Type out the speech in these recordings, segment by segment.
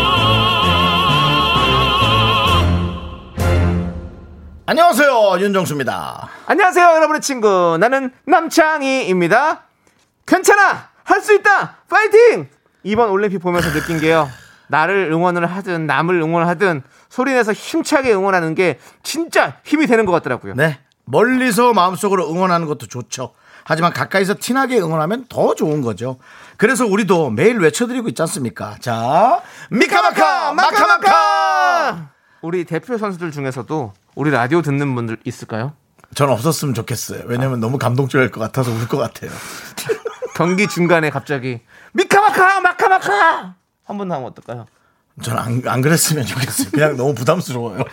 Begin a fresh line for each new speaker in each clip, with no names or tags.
안녕하세요 윤정수입니다.
안녕하세요, 여러분의 친구. 나는 남창희입니다. 괜찮아! 할 수 있다! 파이팅! 이번 올림픽 보면서 느낀 게요. 나를 응원을 하든, 남을 응원을 하든, 소리내서 힘차게 응원하는 게 진짜 힘이 되는 것 같더라고요.
네 멀리서 마음속으로 응원하는 것도 좋죠. 하지만 가까이서 티나게 응원하면 더 좋은 거죠. 그래서 우리도 매일 외쳐드리고 있지 않습니까? 자 미카마카 마카마카.
우리 대표 선수들 중에서도 우리 라디오 듣는 분들 있을까요?
전 없었으면 좋겠어요. 왜냐면 너무 감동적일 것 같아서 울 것 같아요.
경기 중간에 갑자기 미카마카 마카마카 한 번 나오면 어떨까요?
전안 안 그랬으면 좋겠어요. 그냥 너무 부담스러워요.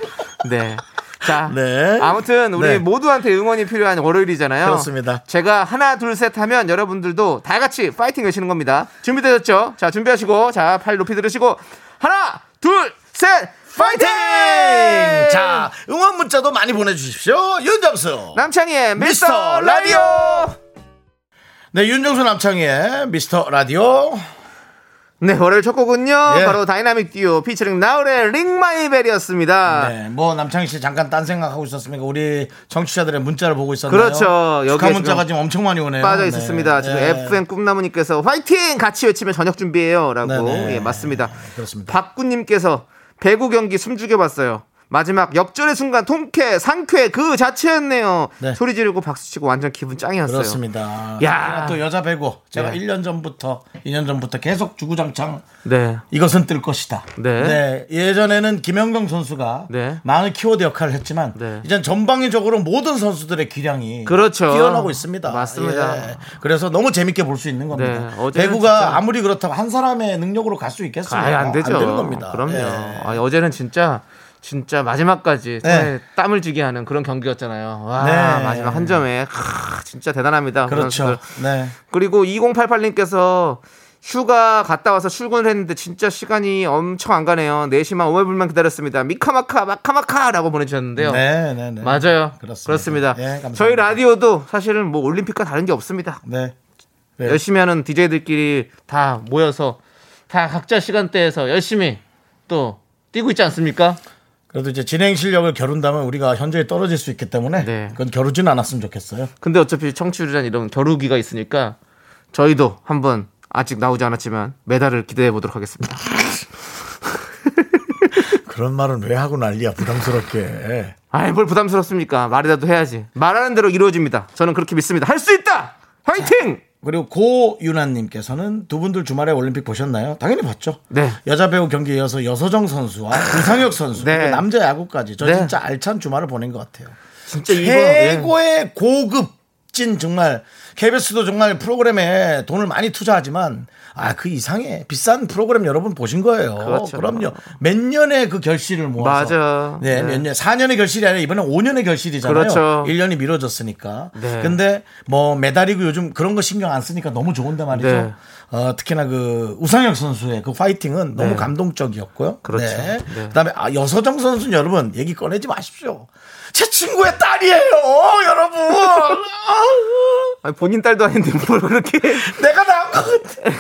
네. 자,
네.
아무튼 우리
네.
모두한테 응원이 필요한 월요일이잖아요.
그렇습니다.
제가 하나 둘 셋 하면 여러분들도 다 같이 파이팅 외치는 겁니다. 준비되셨죠? 자, 준비하시고 자, 팔 높이 들으시고 하나, 둘, 셋, 파이팅!
자 응원 문자도 많이 보내주십시오. 윤정수.
남창희의
미스터
미스터 라디오.
네 윤정수 남창희의 미스터 라디오.
네, 월요일 첫 곡은요.
예.
바로 다이나믹 듀오 피처링 나울의 링마이벨이었습니다.
네, 뭐 남창희 씨 잠깐 딴 생각하고 있었으니까 우리 정치자들의 문자를 보고 있었나요?
그렇죠. 여기에
축하
지금
문자가 지금 엄청 많이 오네요.
빠져 있었습니다.
네.
지금
네.
FM 꿈나무님께서 화이팅 같이 외치면 저녁 준비해요라고
네네.
예 맞습니다.
그렇습니다.
박구님께서 배구 경기 숨죽여 봤어요. 마지막 역전의 순간 통쾌 상쾌 그 자체였네요.
네.
소리 지르고 박수 치고 완전 기분 짱이었어요.
그렇습니다.
야.
야, 또 여자 배구. 제가
네.
1년 전부터 2년 전부터 계속 주구장창
네.
이것은 뜰 것이다.
네.
네, 예전에는 김연경 선수가
네.
많은 키워드 역할을 했지만
네.
이젠 전방위적으로 모든 선수들의 기량이
그렇죠.
뛰어나고 있습니다. 예.
맞습니다.
그래서 너무 재밌게 볼 수 있는 겁니다.
네, 어제는
배구가
진짜-
아무리 그렇다고 한 사람의 능력으로 갈 수 있겠어요?
아예 안 되죠.
되는 겁니다.
그럼요.
예.
아, 어제는 진짜 진짜 마지막까지
네.
손에 땀을 쥐게 하는 그런 경기였잖아요. 와
네.
마지막 한 점에 크, 진짜 대단합니다.
그렇죠.
선수들.
네.
그리고 2088님께서 휴가 갔다 와서 출근을 했는데 진짜 시간이 엄청 안 가네요. 4시만 5분만 기다렸습니다. 미카마카 마카마카라고 보내주셨는데요.
네, 네, 네.
맞아요.
그렇습니다.
그렇습니다.
예, 감사합니다.
저희 라디오도 사실은 뭐 올림픽과 다른 게 없습니다.
네. 네.
열심히 하는 DJ들끼리 다 모여서 다 각자 시간대에서 열심히 또 뛰고 있지 않습니까?
그래도 이제 진행 실력을 겨룬다면 우리가 현저히 떨어질 수 있기 때문에
네.
그건 겨루진 않았으면 좋겠어요.
근데 어차피 청취율이란 이런 겨루기가 있으니까 저희도 한번 아직 나오지 않았지만 메달을 기대해 보도록 하겠습니다.
그런 말은 왜 하고 난리야 부담스럽게.
아이 뭘 부담스럽습니까? 말이라도 해야지. 말하는 대로 이루어집니다. 저는 그렇게 믿습니다. 할 수 있다. 화이팅!
그리고 고윤아님께서는 두 분들 주말에 올림픽 보셨나요? 당연히 봤죠.
네.
여자 배우 경기에 이어서 여서정 선수와 아, 구상혁 선수,
네.
그리고 남자 야구까지 저
네.
진짜 알찬 주말을 보낸 것 같아요.
진짜 이거 예.
최고의 고급진 정말 KBS도 정말 프로그램에 돈을 많이 투자하지만 아 그 이상의 비싼 프로그램 여러분 보신 거예요.
그렇죠.
럼요몇 년의 그 결실을 모아서
맞아.
네,
네.
몇 년, 4년의 결실이 아니라 이번에 5년의 결실이잖아요.
그렇죠.
1년이 미뤄졌으니까.
네.
근데 뭐 메달이고 요즘 그런 거 신경 안 쓰니까 너무 좋은데 말이죠.
네.
어, 특히나 그 우상혁 선수의 그 파이팅은 너무
네.
감동적이었고요.
그렇죠.
네.
네.
그다음에 아, 여서정 선수는 여러분 얘기 꺼내지 마십시오. 제 친구의 딸이에요, 여러분. 아우,
아니, 본인 딸도 아닌데 뭘 그렇게.
내가 낳은 것 같아.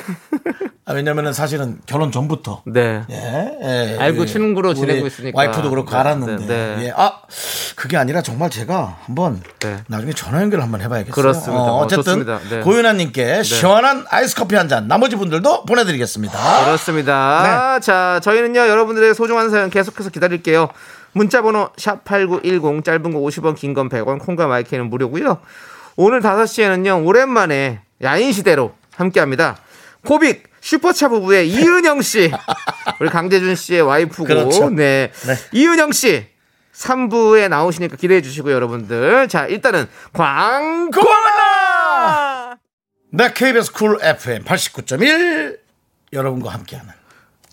아, 왜냐면은 사실은 결혼 전부터
네.
예, 예,
알고
예.
친구로 지내고
우리
있으니까.
와이프도 그렇고
네,
알았는데.
네, 네.
예. 아, 그게 아니라 정말 제가 한번
네.
나중에 전화 연결 한번 해봐야겠어요.
그렇습니다.
어,
어,
쨌든
좋습니다. 네.
고윤아님께 시원한 아이스 커피 한 잔 나머지 분들도 보내드리겠습니다.
그렇습니다.
네.
자, 저희는요, 여러분들의 소중한 사연 계속해서 기다릴게요. 문자번호 샵8910, 짧은 거 50원, 긴 건 100원, 콩과 마이크는 무료고요 오늘 5시에는요, 오랜만에 야인시대로 함께 합니다. 코빅, 슈퍼차 부부의 이은영 씨. 우리 강재준 씨의 와이프고.
네. 그렇죠.
네.
네.
이은영 씨. 3부에 나오시니까 기대해 주시고요, 여러분들. 자, 일단은 광고!
네, KBS 쿨 FM 89.1 여러분과 함께하는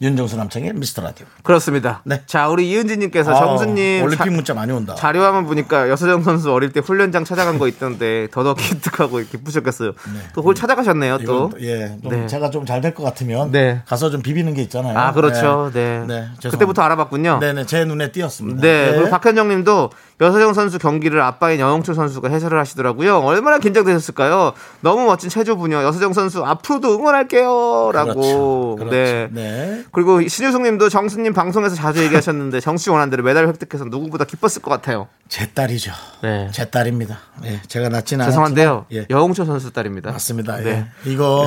윤정수 남창의 미스터 라디오.
그렇습니다.
네.
자, 우리 이은지님께서
아,
정수님
올림픽
자-
문자 많이 온다.
자료화만 보니까 여서정 선수 어릴 때 훈련장 찾아간 거 있던데 더더 기특하고 기쁘셨겠어요. 또 그걸 찾아가셨네요. 또.
음. 네. 이건 또, 예, 좀
네.
제가 좀 잘 될 것 같으면
네.
가서 좀 비비는 게 있잖아요.
아 그렇죠. 네.
죄송합니다.
그때부터 알아봤군요. 네.
네네, 제 눈에 띄었습니다. 네.
그리고 박현정님도 여서정 선수 경기를 아빠인 영영철 선수가 해설을 하시더라고요. 얼마나 긴장되셨을까요? 너무 멋진 체조 분야 여서정 선수 앞으로도 응원할게요라고.
그렇죠. 그렇죠.
네.
네.
그리고 신유승님도 정수님 방송에서 자주 얘기하셨는데 정수 원한 대로 메달을 획득해서 누구보다 기뻤을 것 같아요.
제 딸이죠.
네.
제 딸입니다. 예, 제가 낳지는
죄송한데요.
않았지만, 예,
여홍철 선수 딸입니다.
맞습니다.
네.
예. 이거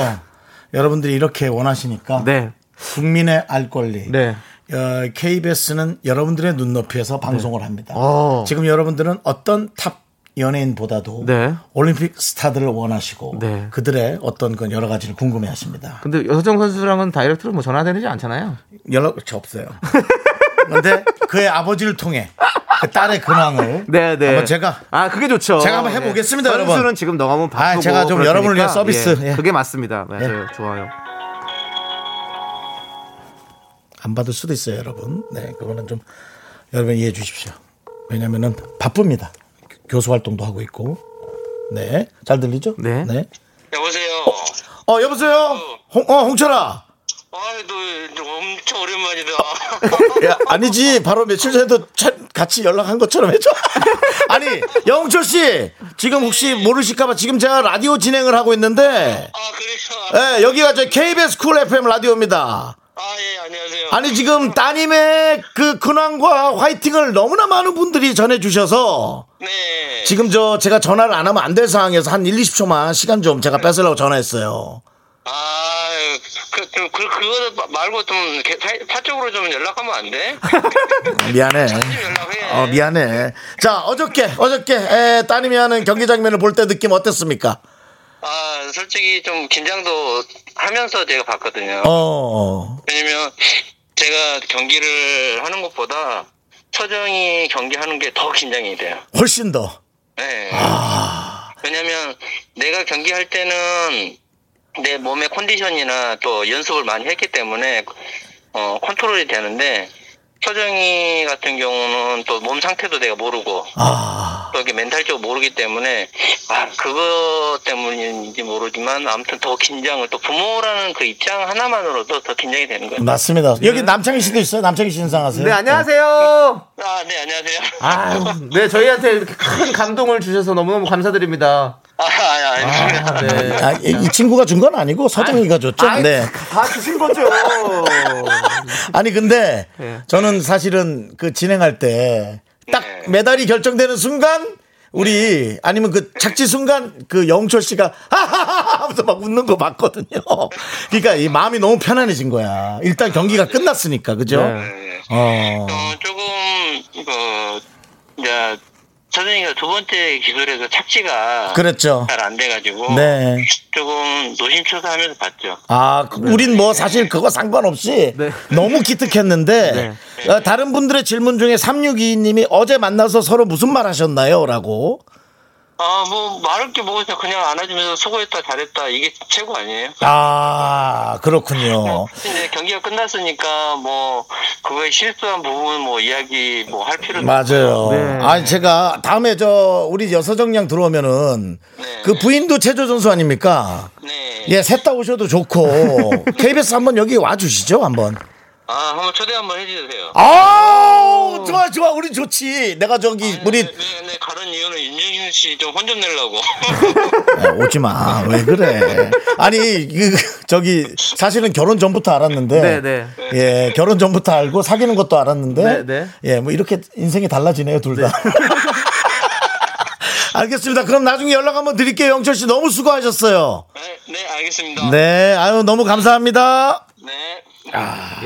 여러분들이 이렇게 원하시니까
네.
국민의 알 권리.
네.
어, KBS는 여러분들의 눈높이에서 방송을 합니다.
어.
지금 여러분들은 어떤 탑 연예인보다도
네.
올림픽 스타들을 원하시고
네.
그들의 어떤 그 여러 가지를 궁금해하십니다.
근데 여서정 선수랑은 다이렉트로 뭐 전화되지 않잖아요.
연락 저 그렇죠, 없어요. 근데 그의 아버지를 통해 그 딸의 근황을
네, 네.
한번 제가
아 그게 좋죠.
제가 한번 해보겠습니다,
네.
여러분.
선수는 지금 너무 바쁘고.
아, 제가 좀
그럴
여러분을 위한
테니까,
서비스,
예,
예.
그게 맞습니다. 맞아요. 좋아요.
안 받을 수도 있어요, 여러분. 네, 그거는 좀 여러분 이해해 주십시오. 왜냐면은 바쁩니다. 교수 활동도 하고 있고. 네, 잘 들리죠?
네.
여보세요.
어, 여보세요? 홍, 어, 홍철아.
아이, 너 엄청 오랜만이다.
야, 아니지. 바로 며칠 전에도 차- 같이 연락한 것처럼 했죠. 아니, 영철 씨. 지금 혹시 모르실까봐 지금 제가 라디오 진행을 하고 있는데,
아, 그래요?
예, 여기가 저 KBS 쿨 FM 라디오입니다.
아, 예, 안녕하세요.
아니, 지금 따님의 그 근황과 화이팅을 너무나 많은 분들이 전해주셔서,
네.
지금 저 제가 전화를 안 하면 안 될 상황에서 한 1, 20초만 시간 좀 제가 뺏으려고 전화했어요.
아, 그, 그, 그, 그거 말고 좀, 이렇게 사, 사적으로 좀 연락하면 안 돼?
미안해.
좀 연락해.
어, 미안해. 자, 어저께, 어저께, 에, 따님이 하는 경기 장면을 볼 때 느낌 어땠습니까?
아, 솔직히 좀 긴장도 하면서 제가 봤거든요.
어, 어.
왜냐면 제가 경기를 하는 것보다 서정이 경기하는 게 더 긴장이 돼요.
훨씬 더.
네. 왜냐면 내가 경기할 때는 내 몸의 컨디션이나 또 연습을 많이 했기 때문에 어, 컨트롤이 되는데 서정이 같은 경우는 또 몸 상태도 내가 모르고
아,
또 이렇게 멘탈적으로 모르기 때문에 아 그거 때문인지 모르지만 아무튼 더 긴장을 또 부모라는 그 입장 하나만으로도 더 긴장이 되는 거예요.
맞습니다. 여기 남창희 씨도 있어요? 남창희 씨 인상하세요?
네 안녕하세요.
아 네 안녕하세요.
아유, 네 저희한테 이렇게 큰 감동을 주셔서 너무너무 감사드립니다.
아, 아, 아, 아,
아, 네.
아, 이, 이 친구가 준 건 아니고 서정이가 줬죠.
아이,
네.
다 주신 거죠.
아니 근데
예.
저는 사실은 그 진행할 때 딱
네.
메달이 결정되는 순간 우리 아니면 그 착지 순간 그 영철 씨가 하하하 하면서 막 웃는 거 봤거든요. 그러니까 이 마음이 너무 편안해진 거야. 일단 경기가 끝났으니까 그죠?
네.
네.
어.
어, 조금, 그, 이제, 선생님이 두 번째 기술에서 착지가
그랬죠.
잘 안 돼가지고,
네.
조금 노심초사 하면서 봤죠.
아, 그 우린 뭐 사실 그거 상관없이
네.
너무 기특했는데 어, 다른 분들의 질문 중에 3622님이 어제 만나서 서로 무슨 말 하셨나요? 라고
아, 뭐, 말할 게 뭐가 있어. 그냥 안아주면서 수고했다, 잘했다. 이게 최고 아니에요?
아, 그렇군요.
이제 경기가 끝났으니까, 뭐, 그거에 실수한 부분, 뭐, 이야기, 뭐, 할 필요도
맞아요.
네.
아니 제가 다음에 저 우리 여서정량 들어오면은
네.
그 부인도 체조 전수 아닙니까?
없고. 네.
예, 셋 다 오셔도 좋고 KBS 한번 여기 와 주시죠, 한번.
아, 한번 초대 한번 해주세요.
아, 좋아 좋아. 우리 좋지. 내가 저기 우리
네, 네, 네, 가는 이유는 윤정신 씨 좀 혼 좀 내려고.
야, 아, 오지 마. 왜 그래? 아니, 그, 저기 사실은 결혼 전부터 알았는데
네, 네.
예, 결혼 전부터 알고 사귀는 것도 알았는데
네, 네.
예, 뭐 이렇게 인생이 달라지네요, 둘 다. 알겠습니다. 그럼 나중에 연락 한번 드릴게요. 영철 씨 너무 수고하셨어요.
네, 네, 알겠습니다.
네. 아유, 너무 감사합니다.
네.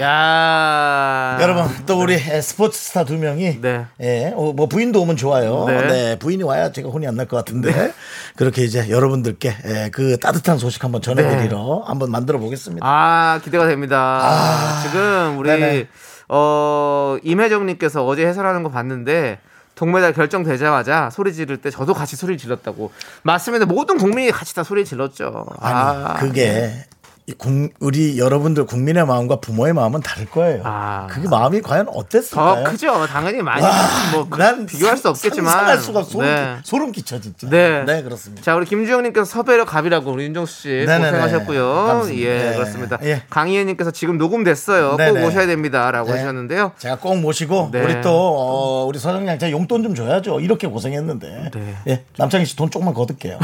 야.
여러분, 또 우리 에, 스포츠 스타 두 명이
아. 네.
예, 어, 뭐 부인도 오면 좋아요. 네.
네.
부인이 와야 제가 혼이 안 날 것 같은데. 그렇게 이제 여러분들께 예, 그 따뜻한 소식 한번 전해 드리러
네.
한번 만들어 보겠습니다.
아 기대가 됩니다. 지금 우리
아, 네네.
어 임혜정님께서 어제 해설하는 거 봤는데 동메달 결정되자마자 소리 지를 때 저도 같이 소리 질렀다고 맞습니다. 모든 국민이 같이 다 소리 질렀죠.
아니,
아,
그게 이 국- 우리 여러분들 국민의 마음과 부모의 마음은 다를 거예요.
아.
그게 마음이 과연 어땠을까요? 아,
더 크죠. 당연히 많이 뭐 그-
난
비교할 수
상-
없겠지만.
상상할 수가 없- 소름,
네.
끼- 소름 끼쳐 진짜.
네.
그렇습니다.
자, 우리 김주영님께서 서베러 갑이라고 우리 윤정수 씨
네네네.
고생하셨고요.
감사합니다.
예,
네.
그렇습니다.
예.
강희애님께서 지금 녹음됐어요.
네네.
꼭 오셔야 됩니다라고
네.
하셨는데요.
제가 꼭 모시고
네.
우리 또 어, 우리 서정량한테 용돈 좀 줘야죠. 이렇게 고생했는데.
네.
예, 남창희 씨 돈 조금만 거둘게요.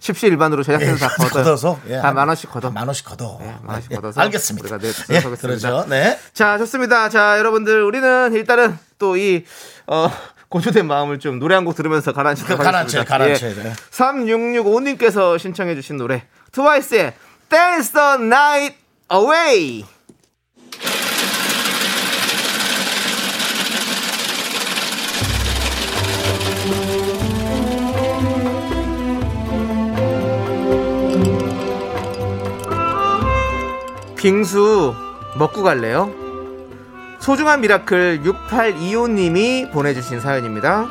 십시 일반으로
예,
제작해서 다 걷어요.
걷어서 예,
다 만 원씩 걷어.
만 원씩 걷어.
예, 만 원씩
예,
걷어서
알겠습니다.
우리가 네,
예,
하겠습니다.
그러죠. 네.
자, 좋습니다. 자, 여러분들 우리는 일단은 또 이 어, 고조된 마음을 좀 노래 한 곡 들으면서 가라앉히도록
가라앉혀요,
하겠습니다. 예.
가라앉혀요, 네.
3665님께서 신청해 주신 노래 트와이스의 Dance the Night Away 빙수 먹고 갈래요? 소중한 미라클 6825님이 보내주신 사연입니다.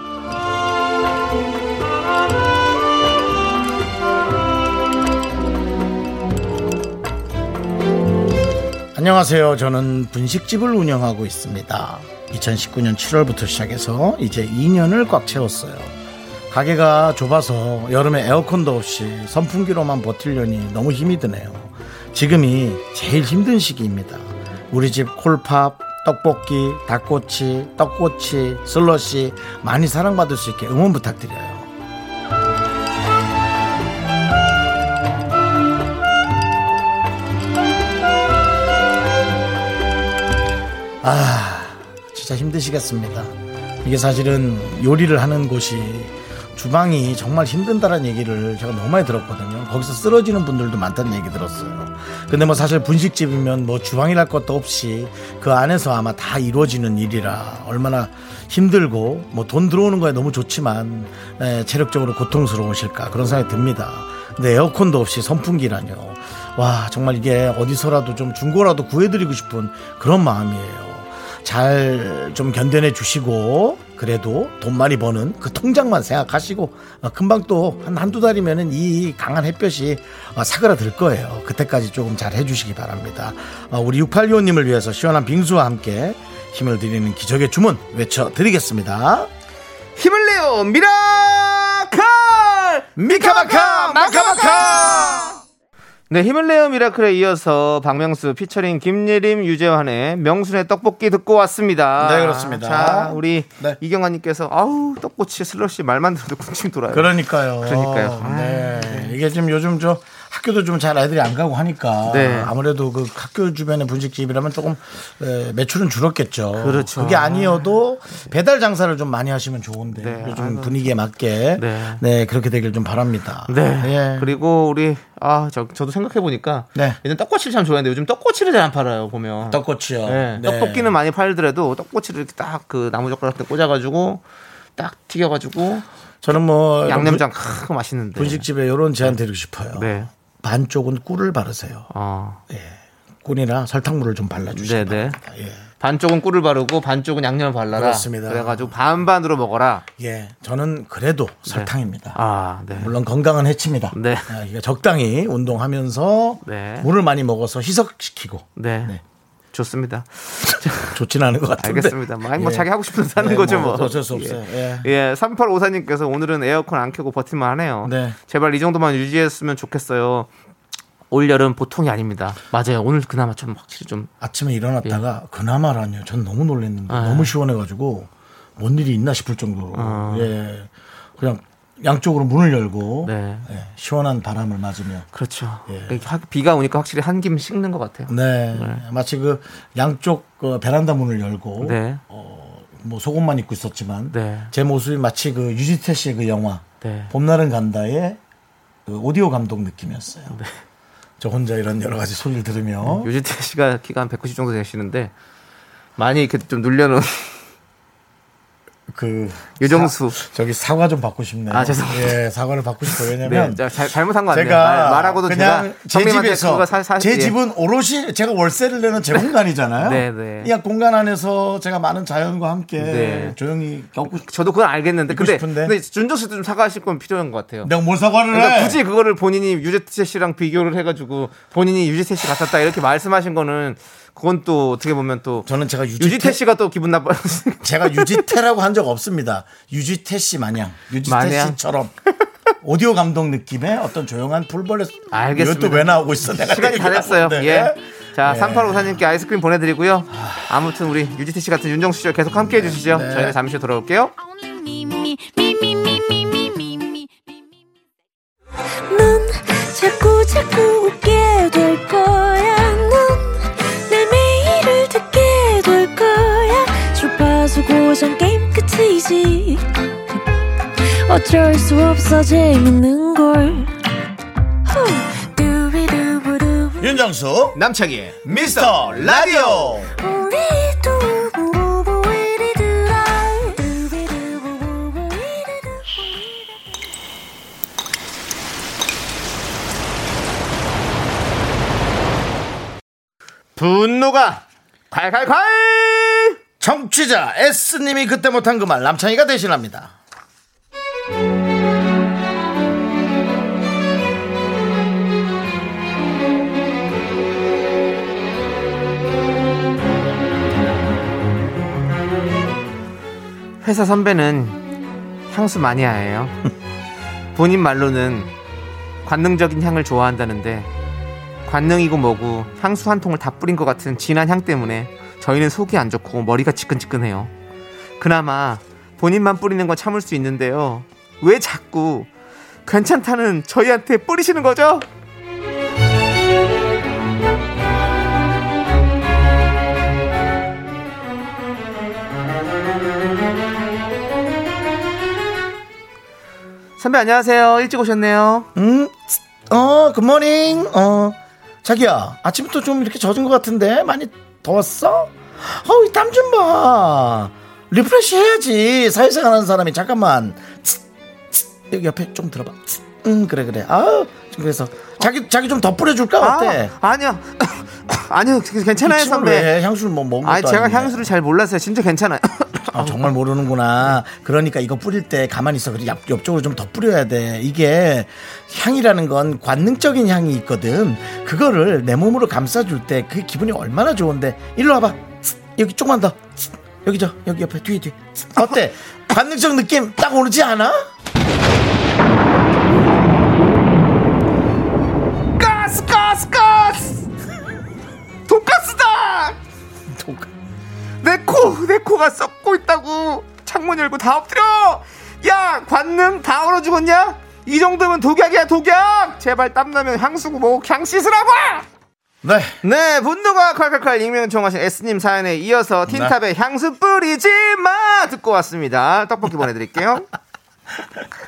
안녕하세요. 저는 분식집을 운영하고 있습니다. 2019년 7월부터 시작해서 이제 2년을 꽉 채웠어요. 가게가 좁아서 여름에 에어컨도 없이 선풍기로만 버틸려니 너무 힘이 드네요. 지금이 제일 힘든 시기입니다. 우리 집 콜팝, 떡볶이, 닭꼬치, 떡꼬치, 슬러시 많이 사랑받을 수 있게 응원 부탁드려요. 진짜 힘드시겠습니다. 이게 사실은 요리를 하는 곳이 주방이 정말 힘든다라는 얘기를 제가 너무 많이 들었거든요. 거기서 쓰러지는 분들도 많다는 얘기 들었어요. 근데 뭐 사실 분식집이면 뭐 주방이랄 것도 없이 그 안에서 아마 다 이루어지는 일이라 얼마나 힘들고 뭐 돈 들어오는 거에 너무 좋지만 에, 체력적으로 고통스러우실까 그런 생각이 듭니다. 근데 에어컨도 없이 선풍기라뇨. 와 정말 이게 어디서라도 좀 중고라도 구해드리고 싶은 그런 마음이에요. 잘 좀 견뎌내 주시고 그래도 돈 많이 버는 그 통장만 생각하시고 어, 금방 또 한 한두 달이면은 이 강한 햇볕이 어, 사그라들 거예요. 그때까지 조금 잘 해주시기 바랍니다. 어, 우리 6825님을 위해서 시원한 빙수와 함께 힘을 드리는 기적의 주문 외쳐드리겠습니다.
힘을 내요 미라클
미카마카 마카마카
네 힘을 내요 미라클에 이어서 박명수 피처링 김예림 유재환의 명순의 떡볶이 듣고 왔습니다
네, 그렇습니다.
자 우리
네.
이경아님께서 아우 떡꼬치 슬러시 말만 들어도 군침 돌아요
그러니까요.
그러니까요. 아,
네. 이게 지금 요즘 저 학교도 좀 잘 애들이 안 가고 하니까
네.
아무래도 그 학교 주변의 분식집이라면 조금 에, 매출은 줄었겠죠.
그렇죠.
그게 아니어도 배달 장사를 좀 많이 하시면 좋은데
네,
요즘
아이고.
분위기에 맞게
네.
네. 그렇게 되길 좀 바랍니다.
네.
예.
그리고 우리 아 저, 저도 생각해 보니까
네.
예전 떡꼬치를 참 좋아했는데 요즘 떡꼬치를 잘 안 팔아요 보면
떡꼬치요.
네.
네.
떡볶이는 많이 팔더라도 떡꼬치를 이렇게 딱 그 나무젓가락 같은 데 꽂아가지고 딱 튀겨가지고
저는 뭐
양념장 크 맛있는데
아, 분- 분식집에 이런 제안 드리고 싶어요.
네.
반쪽은 꿀을 바르세요. 예.
어.
꿀이나 설탕물을 좀 발라주시면
네네.
됩니다. 예.
반쪽은 꿀을 바르고 반쪽은 양념을 발라라.
그렇습니다.
그래가지고 반반으로 먹어라.
예, 저는 그래도 설탕입니다.
네. 아, 네.
물론 건강은 해칩니다.
네.
아, 이게 적당히 운동하면서
네.
물을 많이 먹어서 희석시키고
네.
네.
좋습니다.
좋지는 않은 것 같은데.
알겠습니다. 뭐, 아니, 뭐
예.
자기 하고 싶은 사는
네,
거죠
뭐
뭐.
어쩔 수 없어요. 예.
예, 3854님께서 오늘은 에어컨 안 켜고 버틸만 하네요.
네.
제발 이 정도만 유지했으면 좋겠어요. 올 여름 보통이 아닙니다. 맞아요. 오늘 그나마 좀 확실히 좀
아침에 일어났다가 그나마라뇨. 전 너무 놀랐는데
예. 아.
너무 시원해가지고 뭔 일이 있나 싶을 정도로 예, 그냥 양쪽으로 문을 열고
네.
예, 시원한 바람을 맞으며
그렇죠.
예.
이렇게 확- 비가 오니까 확실히 한 김 식는 것 같아요.
네, 마치 그 양쪽 그 베란다 문을 열고
네.
뭐 속옷만 입고 있었지만
네.
제 모습이 마치 그 유지태 씨의 그 영화
네.
봄날은 간다의 그 오디오 감독 느낌이었어요.
네.
저 혼자 이런 여러 가지 소리를 들으며
유지태 씨가 키가 한 190 정도 되시는데 많이 이렇게 좀 눌려놓은
그
유정수.
사- 저기 사과 좀 받고 싶네요.
아, 죄송합니다.
예, 사과를 받고 싶어요.
네,
왜냐면
자, 잘- 잘못한 거 아니에요.
제가
말- 말하고도
그냥
제가
제
형님한테
집에서
그거 사- 사-
제
예.
집은 오롯이 제가 월세를 내는 제 공간이잖아요.
네, 네.
이 공간 안에서 제가 많은 자연과 함께
네.
조용히 겪고 싶-
저도 그건 알겠는데
믿고
근데
싶은데. 네.
근데 준조 씨도 좀 사과하실 건 필요한 것 같아요.
내가 뭘 사과를
그러니까
해?
굳이 그거를 본인이 유재태 씨랑 비교를 해가지고 본인이 유재태 씨 같았다 이렇게 말씀하신 거는 그건 또 어떻게 보면 또
저는 제가 유지태,
유지태 씨가 또 기분 나빠.
제가 유지태라고 한 적 없습니다. 유지태 씨 마냥 유지태
마냥.
씨처럼 오디오 감독 느낌의 어떤 조용한 풀벌레.
아, 알겠습니다.
이것도 왜 나오고 있어? 내가
시간이 다
얘기하고
됐어요.
있는데.
예. 자,
예.
3854님께 아이스크림 보내드리고요. 아무튼 우리 유지태 씨 같은 윤정수 씨와 계속 함께 해주시죠.
네.
저희는 잠시 후 돌아올게요.
Only me, me, me, me, me, me, me, me, me, me.
넌 자꾸 자꾸 웃게 될 거야. 넌내 매일을 듣게 될 거야. 주파수 고정 게임 끝이지. 어쩔 수 없어 재밌는 걸. 후. 두비두부두부.
윤정수
남창희.
미스터 라디오.
우리 두부부부 우리 두라. 두비두부부부 우리 두부.
분노가 칼칼칼!
정취자 S님이 그때 못한 그 말 남창희가 대신합니다.
회사 선배는 향수 마니아예요. 본인 말로는 관능적인 향을 좋아한다는데 관능이고 뭐고 향수 한 통을 다 뿌린 것 같은 진한 향 때문에 저희는 속이 안 좋고 머리가 지끈지끈해요. 그나마 본인만 뿌리는 건 참을 수 있는데요. 왜 자꾸 괜찮다는 저희한테 뿌리시는 거죠? 선배 안녕하세요. 일찍 오셨네요.
음, 어, 굿모닝. 어, 자기야, 아침부터 좀 이렇게 젖은 것 같은데 많이 더웠어? 어우, 이 땀 좀 봐. 리프레시 해야지. 사회생활 하는 사람이 잠깐만. 치, 치, 여기 옆에 좀 들어봐. 치, 음, 그래, 그래. 아우, 그래서 자기, 자기 좀 더 뿌려줄까? 어때? 네.
아, 아니요. 아니요. 괜찮아요,
이 침을
선배.
왜 해? 향수를 뭐 먹는 것도
아, 제가
아닌데.
향수를 잘 몰라서요. 진짜 괜찮아요.
아, 정말 모르는구나. 그러니까 이거 뿌릴 때 가만히 있어. 그리고 옆, 옆쪽으로 좀 더 뿌려야 돼. 이게 향이라는 건 관능적인 향이 있거든. 그거를 내 몸으로 감싸줄 때 그 기분이 얼마나 좋은데. 일로 와봐. 여기 조금만 더. 여기 저, 여기 옆에, 뒤에, 뒤에. 어때? 관능적 느낌 딱 오르지 않아?
가스 가스 가스 돈가스다 내코내 코가 썩고 있다고 창문 열고 다 엎드려 야 관능 다 얼어 죽었냐 이 정도면 독약이야 독약 제발 땀나면 향수고 뭐향 씻으라고
네.
네 분노가 칼칼칼 익명 요청하신 S님 사연에 이어서
네.
틴탑의 향수 뿌리지 마 듣고 왔습니다 떡볶이 보내드릴게요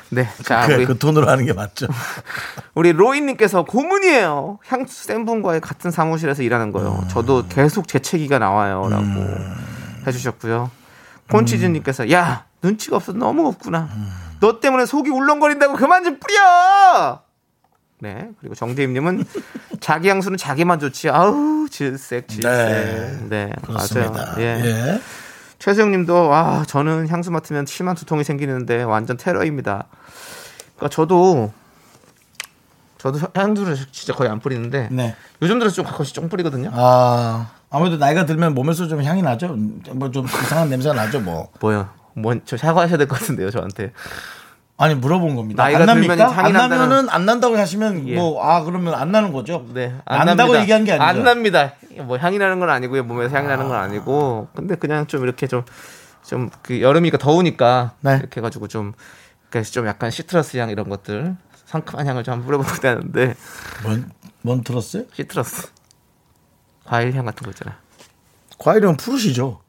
네자
그,
아, 우리
그 돈으로 하는 게 맞죠.
우리 로이님께서 고문이에요. 향수 센 분과의 같은 사무실에서 일하는 거요.
음.
저도 계속 재채기가 나와요라고 해주셨고요. 콘치즈님께서 야 눈치가 없어 너무 없구나.
음.
너 때문에 속이 울렁거린다고 그만 좀 뿌려. 네 그리고 정재임님은 자기 향수는 자기만 좋지. 아우 질색 질색.
네,
네,
그렇습니다.
맞아요. 예.
예.
최수영님도 아 저는 향수 맡으면 심한 두통이 생기는데 완전 테러입니다. 그러니까 저도 저도 향수를 진짜 거의 안 뿌리는데
네.
요즘 들어서 좀 가끔씩 좀 뿌리거든요.
아, 아무래도 나이가 들면 몸에서 좀 향이 나죠. 뭐 좀 이상한 냄새가 나죠, 뭐.
뭐요? 뭐저 사과하셔야 될 것 같은데요 저한테.
아니 물어본 겁니다.
나이가
안 납니까?
들면 향이
안
난다는-
나면은 안 난다고 하시면
예.
뭐 아 그러면 안 나는 거죠.
네,
안 난다고
납니다.
얘기한 게 아니죠.
안 납니다. 뭐 향이 나는 건 아니고요. 몸에서 향이 나는 건 아니고. 근데 그냥 좀 이렇게 좀 좀 그 여름이니까 더우니까
네.
이렇게 해가지고 좀 그러니까 좀 약간 시트러스 향 이런 것들 상큼한 향을 좀 한번 뿌려보고 하는데
뭔, 뭔 들었어요?
시트러스 과일 향 같은 거 있잖아.
과일은 푸르시죠.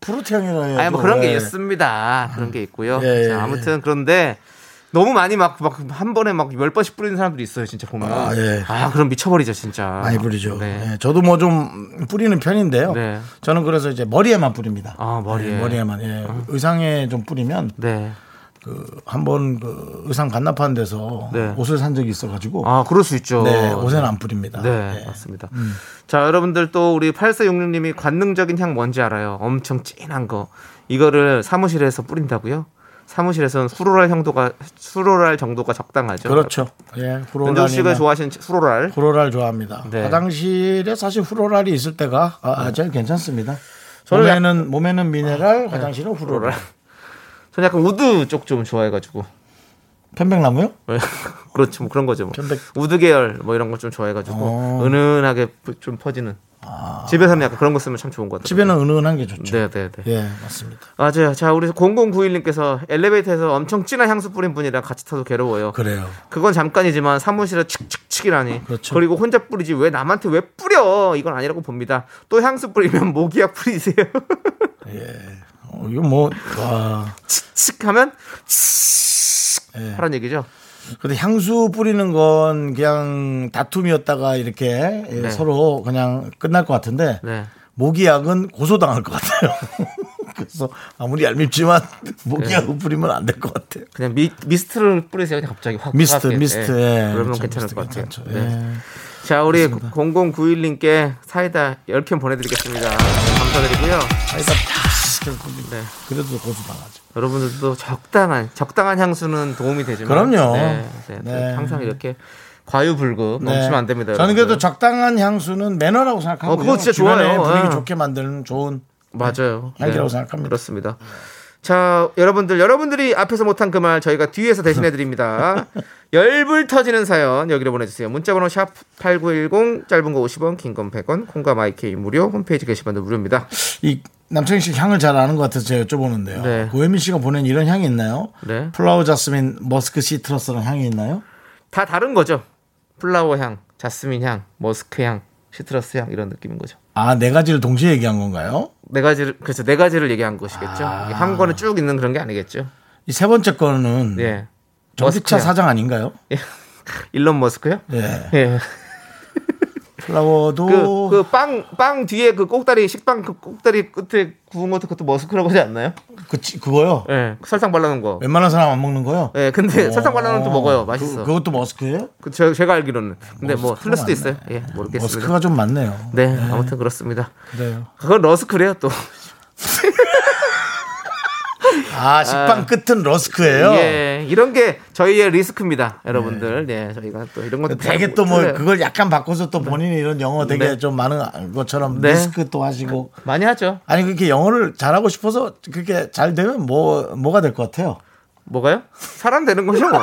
푸르트 향이라 해요.
뭐
네.
아니 뭐 그런 게 있습니다. 그런 게 있고요.
뭐, 예, 예,
자, 아무튼 그런데 너무 많이 막 막 한 번에 막 열 번씩 뿌리는 사람들이 있어요 진짜 보면
아,
아,
예.
그럼 미쳐버리죠 진짜
많이 부리죠.
네.
예, 저도 뭐 좀 뿌리는 편인데요.
네.
저는 그래서 이제 머리에만 뿌립니다.
아, 머리에. 아.
예, 머리에만. 예. 의상에 좀 뿌리면
네.
한번 그 의상 반납하는 데서
네.
옷을 산 적이 있어가지고
아 그럴 수 있죠
네, 옷에는 안 뿌립니다.
네,
예.
맞습니다. 자, 여러분들 또 우리 8466님이 관능적인 향 뭔지 알아요? 엄청 진한 거. 이거를 사무실에서 뿌린다고요? 사무실에서는 수로랄 형도가 수로랄 정도가 적당하죠.
그렇죠. 예,
연정
후로랄이나
씨가 좋아하시는 수로랄.
후로랄 좋아합니다.
네.
화장실에 사실 후로랄이 있을 때가 아, 아, 제일 괜찮습니다.
저는 아,
몸에는 몸에는 미네랄, 화장실은 후로랄.
저는 약간 우드 쪽 좀 좋아해가지고.
편백나무요?
그렇죠, 뭐 그런 거죠. 뭐.
편백.
우드 계열 뭐 이런 거 좀 좋아해가지고
어. 아.
은은하게 부- 좀 퍼지는. 집에서는 약간 그런 거 쓰면 참 좋은 것 같아요.
집에는 은은한 게 좋죠.
네, 네, 네.
예, 맞습니다.
맞아요. 자, 우리 0091님께서 엘리베이터에서 엄청 진한 향수 뿌린 분이랑 같이 타도 괴로워요.
그래요.
그건 잠깐이지만 사무실에 칙칙칙이라니.
그렇죠.
그리고 혼자 뿌리지 왜 남한테 왜 뿌려? 이건 아니라고 봅니다. 또 향수 뿌리면 모기약 뿌리세요.
어, 이거 뭐 와.
칙칙하면
예.
하란 얘기죠.
근데 향수 뿌리는 건 그냥 다툼이었다가 이렇게 예,
네.
서로 그냥 끝날 것 같은데
네.
모기약은 고소당할 것 같아요. 그래서 아무리 얄밉지만
네.
모기약을 뿌리면 안 될 것 같아요.
그냥 미, 미스트를 뿌리세요. 그냥 갑자기 확
미스트,
확하게.
미스트.
예.
예,
그러면
그렇죠.
괜찮을
미스트
것 같아요.
괜찮죠.
네.
예.
자, 우리 0091님께 사이다 10캔 보내드리겠습니다. 감사드리고요.
사이다 팍 이렇게 뿌리면
네.
그래도 고소당하죠.
여러분들도 적당한 적당한 향수는 도움이 되지만
그럼요.
네, 네,
네.
항상 이렇게 과유불급 네. 넘치면 안 됩니다.
저는 그래도
여러분들.
적당한 향수는 매너라고 생각하고
어, 그거 진짜
주변에
좋아요.
분위기
예.
좋게 만드는 좋은
네. 맞아요.
알기라고 생각합니다.
그렇습니다. 자, 여러분들, 여러분들이 앞에서 못한 그 말 저희가 뒤에서 대신해 드립니다. 열불 터지는 사연 여기로 보내주세요. 문자번호 샵 #8910 짧은 거 50원, 긴 건 100원, 콩과 마이케이 무료, 홈페이지 게시판도 무료입니다.
이 남창희 씨 향을 잘 아는 것 같아서 제가 여쭤보는데요.
네.
고혜민 씨가 보낸 이런 향이 있나요?
네.
플라워 자스민 머스크 시트러스라는 향이 있나요?
다 다른 거죠. 플라워 향, 자스민 향, 머스크 향, 시트러스 향 이런 느낌인 거죠.
아, 네 가지를 동시에 얘기한 건가요?
네 가지를 그래서 네 가지를 얘기한 것이겠죠.
아.
이게 한 권에 쭉 있는 그런 게 아니겠죠.
이 세 번째 거는
예. 머스크
전기차
향.
사장 아닌가요?
일론 머스크요?
예.
예.
플라워도
그 그 빵 빵 뒤에 그 꼭다리 식빵 그 꼭다리 끝에 구운 것도 그것도 머스크라고 하지 않나요?
그, 치- 그거요.
예. 설탕 발라놓은 거.
웬만한 사람 안 먹는 거요.
예. 근데
어.
설탕 발라놓은 또 먹어요. 맛있어.
그,
그,
것도 머스크예요?
제, 제가 알기로는. 근데 뭐
머스크가
틀릴 수도
맞나요?
있어요. 예. 모르겠습니다.
머스크가 좀 많네요.
네, 아무튼 그렇습니다.
그래요.
그건 러스크래요 또.
아, 식빵 끝은 러스크예요.
예, 이런 게 저희의 리스크입니다, 여러분들. 예, 저희가 또 이런 것도
네. 되게
잘
또 뭐
틀려요.
그걸 약간 바꿔서 또 본인이 이런 영어 되게
네.
좀 많은 것처럼
네.
리스크 또 하시고
많이 하죠.
아니 그렇게 영어를 잘하고 싶어서 그렇게 잘 되면 뭐 뭐가 될 것 같아요.
뭐가요? 사람 되는 거죠. 뭐.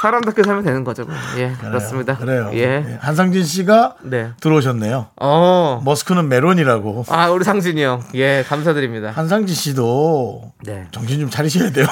사람답게 살면 되는 거죠. 뭐. 예, 그렇습니다
그래요. 예,
예.
한상진 씨가
네.
들어오셨네요.
어.
머스크는 메론이라고.
아, 우리 상진이 형. 예, 감사드립니다.
한상진 씨도
네.
정신 좀 차리셔야 돼요.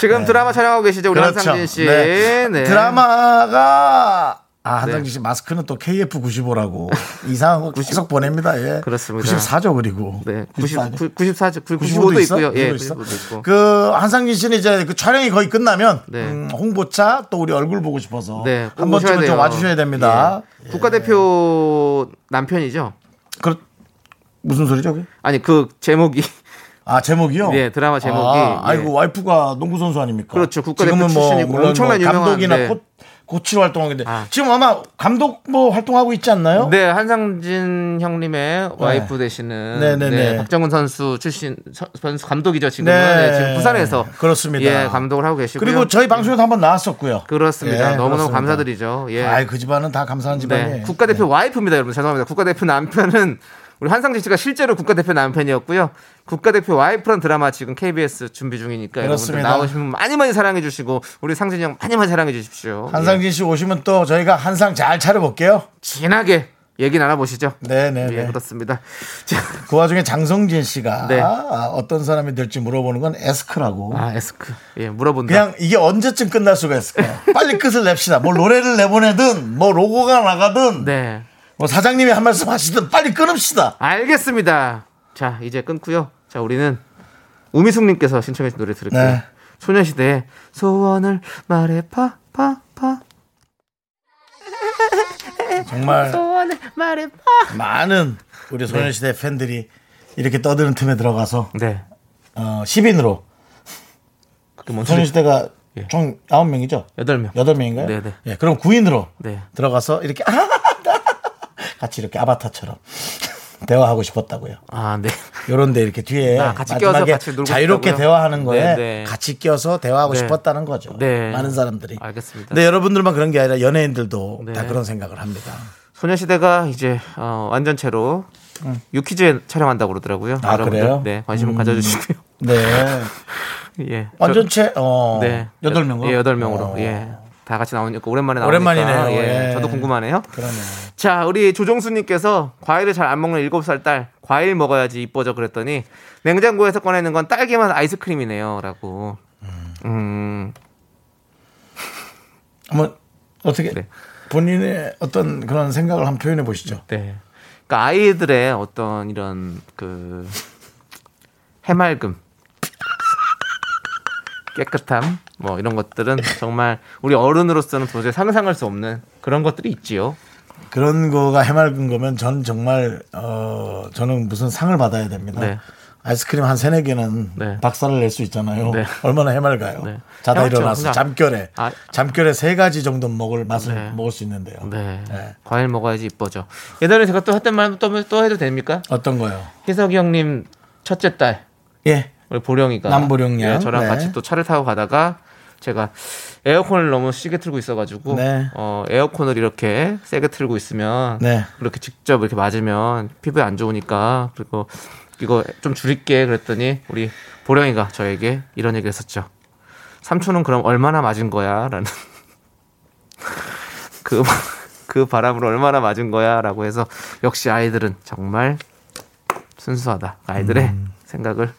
지금 드라마 촬영하고 계시죠, 우리 한상진 씨.
그렇죠. 네.
네.
드라마가 아, 한상진 씨 마스크는 또 KF95라고 이상한 거 계속 보냅니다. 예.
그렇습니다.
94죠, 그리고.
네.
94
90,
죠.
94죠.
95도,
95도
있어?
있고요. 예,
95도 있어?
95도 있고.
그 한상진 씨는 이제 그 촬영이 거의 끝나면
네.
음, 홍보차 또 우리 얼굴 보고 싶어서
네, 꼭
그 한
오셔야
번쯤은 좀
돼요.
와주셔야 됩니다.
예. 국가대표 남편이죠?
그 무슨 소리죠? 그게?
아니, 그 제목이.
아 제목이요?
네, 드라마 제목이.
아,
예.
아이고 와이프가 농구 선수 아닙니까?
그렇죠. 국가대표
지금은
출신이고
물론
엄청난
뭐 감독이나
유명한데. 네.
코, 코치로 활동하는데
아.
지금 아마 감독 뭐 활동하고 있지 않나요?
네, 한상진 형님의 와이프 되시는
네,
네,
네, 네.
박정은 선수 출신 서- 선수 감독이죠 지금. 은
네.
지금 부산에서
그렇습니다.
예, 감독을 하고 계시고.
그리고 저희 방송에도 한번 나왔었고요.
그렇습니다.
예,
너무너무
그렇습니다.
감사드리죠. 예.
아이 그 집안은 다 감사한 집안이에요.
네. 국가대표 와이프입니다, 여러분. 죄송합니다. 국가대표 남편은 우리 한상진 씨가 실제로 국가대표 남편이었고요. 국가대표 와이프란 드라마 지금 KBS 준비 중이니까 여러분들
그렇습니다.
나오시면 많이 많이 사랑해 주시고 우리 상진이 형 많이 많이 사랑해 주십시오. 예.
한상진 씨 오시면 또 저희가 한상 잘 차려볼게요.
진하게 얘기 나눠보시죠.
네네네.
예, 그렇습니다. 자,
그 와중에 장성진 씨가
네.
아, 어떤 사람이 될지 물어보는 건 에스크라고.
아 에스크 예 물어본다.
그냥 이게 언제쯤 끝날 수가 있을까요? 빨리 끝을 냅시다. 뭐 노래를 내보내든, 뭐 로고가 나가든,
네.
뭐 사장님이 한 말씀 하시든 빨리 끊읍시다.
알겠습니다. 자, 이제 끊고요. 자, 우리는 우미숙님께서 신청해 주신 노래 들을게요.
네.
소녀시대의 소원을 말해 파, 파, 파.
정말
소원을 말해 파.
많은 우리 소녀시대 팬들이 이렇게 떠드는 틈에 들어가서
네.
어, 10인으로
그게 뭔 소리?
소녀시대가
예.
총 9명이죠?
여덟 명.
여덟 명인가요
네네.
예, 그럼 9인으로
네.
들어가서 이렇게 아, 같이 이렇게 아바타처럼 대화하고 싶었다고요.
아, 네.
요런데 이렇게 뒤에
아, 같이 껴서
마지막에
같이 놀고
자유롭게
싶다고요?
대화하는 거에
네, 네.
같이 껴서 대화하고
네.
싶었다는 거죠.
네.
많은 사람들이.
알겠습니다.
근데 여러분들만 그런 게 아니라 연예인들도
네.
다 그런 생각을 합니다.
소녀시대가 이제 어, 완전체로 유퀴즈에 촬영한다고 그러더라고요.
음. 아, 그래요?
네, 관심을 가져주시고요.
네.
예. 저-
완전체 어 여덟 명으로.
예, 여덟 명으로.
어,
예. 다 같이 나오니까 오랜만에 나오니까
오랜만이네요.
예,
예.
저도 궁금하네요.
그러네요.
자, 우리 조종수님께서 과일을 잘 안 먹는 일곱 살 딸, 과일 먹어야지 이뻐져 그랬더니 냉장고에서 꺼내는 건 딸기맛 아이스크림이네요라고. 음,
한번 어떻게
네.
본인의 어떤 그런 생각을 한번 표현해 보시죠.
네. 그러니까 아이들의 어떤 이런 그 해맑음, 깨끗함, 뭐 이런 것들은 정말 우리 어른으로서는 도저히 상상할 수 없는 그런 것들이 있지요.
그런 거가 해맑은 거면 전 정말 어 저는 무슨 상을 받아야 됩니다.
네.
아이스크림 한 세네 개는
네.
박살을 낼 수 있잖아요.
네.
얼마나 해맑아요.
네.
자다
해맑죠,
일어나서
그냥.
잠결에
아.
잠결에 세 가지 정도 먹을 맛을
네.
먹을 수 있는데요.
네.
네.
과일 먹어야지 이뻐져. 예전에 제가 또 했던 말 또 또 해도 됩니까?
어떤 거요?
희석이 형님 첫째 딸
예.
우리 보령이가
남보령 양.
예, 저랑
네.
같이 또 차를 타고 가다가 제가 에어컨을 너무 세게 틀고 있어가지고
네.
어, 에어컨을 이렇게 세게 틀고 있으면
네.
그렇게 직접 이렇게 맞으면 피부에 안 좋으니까 그리고 이거 좀 줄일게 그랬더니 우리 보령이가 저에게 이런 얘기를 했었죠. 삼촌은 그럼 얼마나 맞은 거야라는 그, 그 바람으로 얼마나 맞은 거야? 라고 해서 역시 아이들은 정말 순수하다. 아이들의
음.
생각을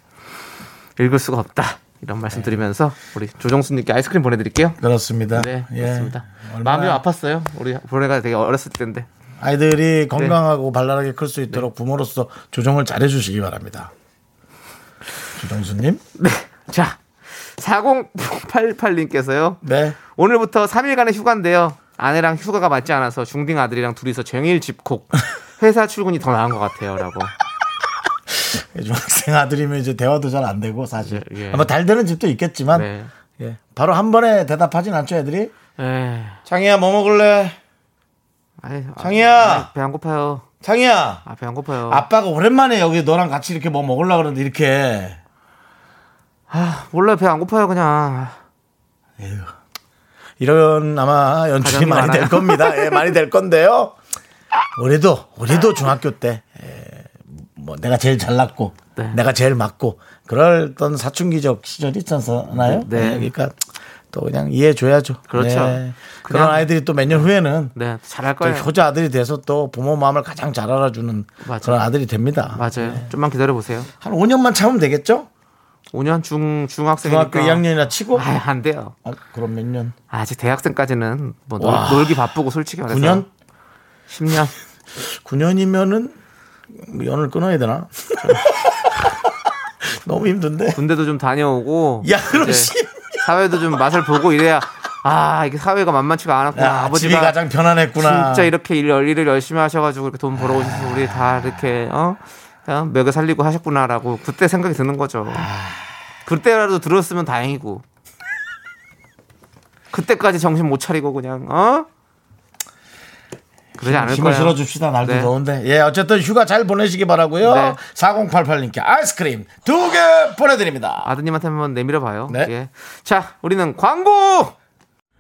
읽을 수가 없다. 이런 말씀 드리면서 우리 조정수님께 아이스크림 보내드릴게요.
그렇습니다.
네,
예.
맞습니다.
얼마나
마음이 아팠어요. 우리 보레가 되게 어렸을 때인데. 네.
아이들이 건강하고 발랄하게 클 수 있도록 부모로서 조정을 잘해 주시기 바랍니다. 조정수 님?
네. 자, 4088님께서요.
네.
오늘부터 3일간의 휴가인데요. 아내랑 휴가가 맞지 않아서 중딩 아들이랑 둘이서 쟁일 집콕. 회사 출근이 더 나은 것 같아요. 라고.
중학생 아들이면 이제 대화도 잘 안 되고 사실
예, 예.
아마 잘 되는 집도 있겠지만
네.
예. 바로 한 번에 대답하진 않죠 애들이
에이,
창희야 뭐 먹을래
예. 아이, 아,
창희야!
아이, 배안 고파요.
창희야
아, 배 안 고파요.
아빠가 오랜만에 여기 너랑 같이 이렇게 뭐 먹으려고 그러는데 이렇게
아, 몰라 배 안 고파요 그냥.
이런 아마 연출이
가정이
많이 될
많아요.
겁니다 예, 많이 될 건데요 우리도
아.
우리도 중학교 때 예, 뭐 내가 제일 잘났고
네.
내가 제일 맞고 그럴 어떤 사춘기적 시절이 있잖아요
네.
예, 그러니까 또 그냥 이해해 줘야죠 네.
그렇죠.
그런
그냥-
아이들이 또 몇 년 후에는
네 잘할
또
거예요.
효자 아들이 돼서 또 부모 마음을 가장 잘 알아주는
맞아요.
그런 아들이 됩니다.
맞아요.
네.
좀만 기다려 보세요.
한 5년만 참으면 되겠죠?
5년 중 중학생이니까.
중학교 2학년이나 치고
아, 안 돼요.
아, 그럼 몇 년?
아직 대학생까지는 뭐 놀,
와.
놀기 바쁘고 솔직히 말해서
9년?
10년.
9년이면은 연을 끊어야 되나? 너무 힘든데.
군대도 좀 다녀오고
야, 그럼
이제
10년.
사회도 좀 맛을 보고 이래야 아, 이게 사회가 만만치가 않았구나.
야, 집이
아버지가
가장 편안했구나. 아.
진짜 이렇게 일, 일을 열심히 하셔가지고 이렇게 돈 벌어오셔서 우리 다 이렇게 어 그냥 먹여 살리고 하셨구나라고 그때 생각이 드는 거죠.
아.
그때라도 들었으면 다행이고 그때까지 정신 못 차리고 그냥 어 그러지 않을
힘을
거예요.
실어줍시다. 날도
네.
더운데. 예, 어쨌든 휴가 잘 보내시기 바라고요.
네.
4088님께 아이스크림 두 개 보내드립니다.
아드님한테 한번 내밀어 봐요.
네.
예. 자, 우리는 광고.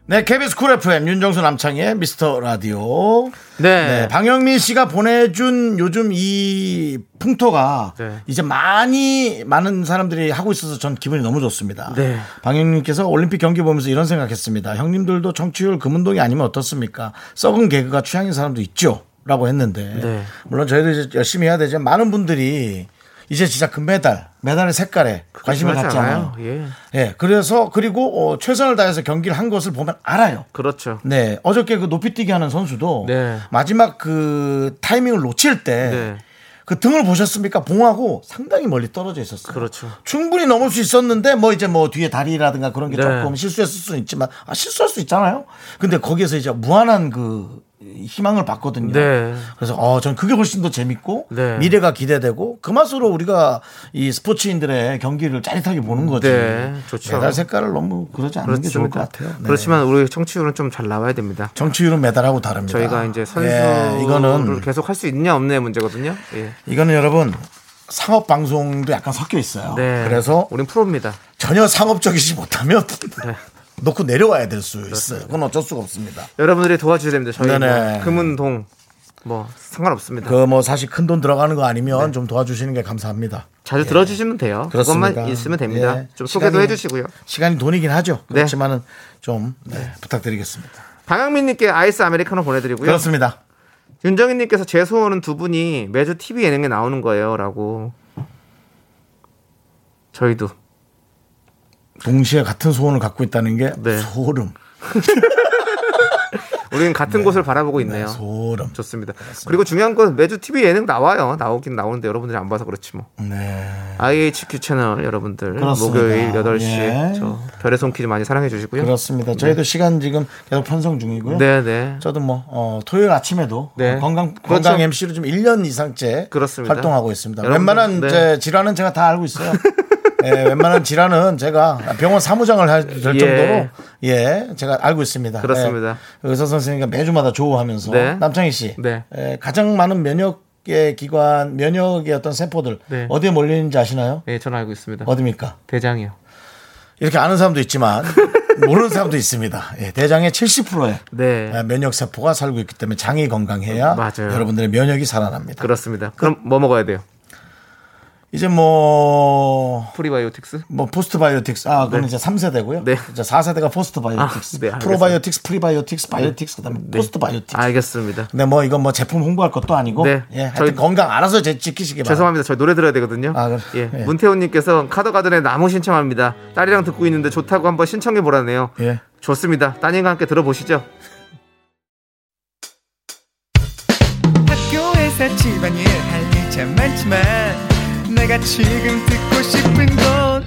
네, KBS 쿨 FM 윤정수 남창희의 미스터 라디오. 네.
네.
방영민 씨가 보내준 요즘 이 풍토가
네.
이제 많이 많은 사람들이 하고 있어서 전 기분이 너무 좋습니다.
네.
방영님께서 올림픽 경기 보면서 이런 생각했습니다. 형님들도 청취율 금운동이 아니면 어떻습니까? 썩은 개그가 취향인 사람도 있죠. 라고 했는데
네.
물론 저희도 이제 열심히 해야 되지만 많은 분들이 이제 진짜 금메달, 메달의 색깔에 관심을
중요하잖아요.
갖잖아요. 예.
예.
그래서 그리고 어, 최선을 다해서 경기를 한 것을 보면 알아요.
그렇죠.
네. 어저께 그 높이뛰기 하는 선수도
네.
마지막 그 타이밍을 놓칠 때
네.
그 등을 보셨습니까? 봉하고 상당히 멀리 떨어져 있었어요.
그렇죠.
충분히 넘을 수 있었는데 뭐 이제 뭐 뒤에 다리라든가 그런 게
네.
조금 실수했을 수는 있지만 아, 실수할 수 있잖아요. 근데 거기에서 이제 무한한 그 희망을 봤거든요.
네.
그래서 어, 전 그게 훨씬 더 재밌고
네.
미래가 기대되고 그 맛으로 우리가 이 스포츠인들의 경기를 짜릿하게 보는 거지.
네, 좋죠.
메달 색깔을 너무 그러지 않는 게 좋을 것 같아요. 네.
그렇죠. 그렇지만 우리 청취율은 좀 잘 나와야 됩니다.
정치율은 메달하고 다릅니다.
저희가 이제 선수를
예, 이거는
계속 할 수 있냐 없냐의 문제거든요. 예.
이거는 여러분 상업 방송도 약간 섞여 있어요.
네.
그래서
우린 프로입니다.
전혀 상업적이지 못하면
네.
놓고 내려와야 될 수 있어요. 그건 어쩔 수가 없습니다.
여러분들이 도와주셔야 됩니다. 저희
네네.
뭐 금은동 뭐 상관없습니다.
그 뭐 사실 큰 돈 들어가는 거
네.
아니면 좀 도와주시는 게 감사합니다.
자주 들어주시면 돼요. 그것만
예. 그렇습니다.
있으면 됩니다.
예.
좀 소개도
시간이-
해주시고요.
시간이 돈이긴 하죠.
네.
그렇지만은 좀 네, 부탁드리겠습니다.
방향민님께 아이스 아메리카노 보내드리고요.
그렇습니다.
윤정인님께서 제 소원은 두 분이 매주 TV 예능에 나오는 거예요라고 저희도
동시에 같은 소원을 갖고 있다는 게
네.
소름.
우리는 같은 곳을 바라보고 있네요.
소름.
좋습니다. 그리고 중요한 건 매주 TV 예능 나와요. 나오긴 나오는데 여러분들이 안 봐서 그렇지 뭐.
네.
IHQ 채널 여러분들
그렇습니다.
목요일 8시
예.
저 별의 손길이 많이 사랑해 주시고요.
그렇습니다. 저희도 시간 지금 계속 편성 중이고요.
네, 네.
저도 뭐 어, 토요일 아침에도
네.
어, 건강
그렇죠.
건강 MC로 좀 1년 이상째
그렇습니다.
활동하고 있습니다.
여러분,
웬만한
네.
제 질환은 제가 다 알고 있어요. 예, 웬만한 질환은 제가 병원 사무장을 할, 될
예.
정도로 예 제가 알고 있습니다.
그렇습니다.
예, 의사 선생님과 매주마다 조우하면서
네.
남창희 씨
네.
예, 가장 많은 면역의 기관 면역의 어떤 세포들
네.
어디에 몰리는지 아시나요?
예, 저는 알고 있습니다.
어디입니까?
대장이요.
이렇게 아는 사람도 있지만 모르는 사람도 있습니다. 예, 대장의 70%의
네.
아, 면역 세포가 살고 있기 때문에 장이 건강해야
맞아요.
여러분들의 면역이 살아납니다.
그렇습니다. 그럼 뭐 먹어야 돼요?
이제 뭐.
프리바이오틱스?
뭐 포스트 바이오틱스 아 그건 이제 3세대고요.
네.
이제 4세대가 포스트 바이오틱스,
아, 네, 알겠습니다. 네.
프로바이오틱스, 프리바이오틱스, 바이오틱스 그다음에 포스트 바이오틱스.
알겠습니다.
근데 뭐 이건 뭐 제품 홍보할 것도 아니고
네.
예, 하여튼
저희-
건강 알아서 제 지키시기 바랍니다.
죄송합니다. 저희 노래 들어야 되거든요.
아, 그래.
예.
예.
문태훈님께서 카더가든의 나무 신청합니다. 딸이랑 듣고 있는데 좋다고 한번 신청해 보라네요.
예.
좋습니다. 따님과 함께 들어보시죠.
학교에서 집안일 할 일 참 많지만 내가 지금 듣고 싶은 건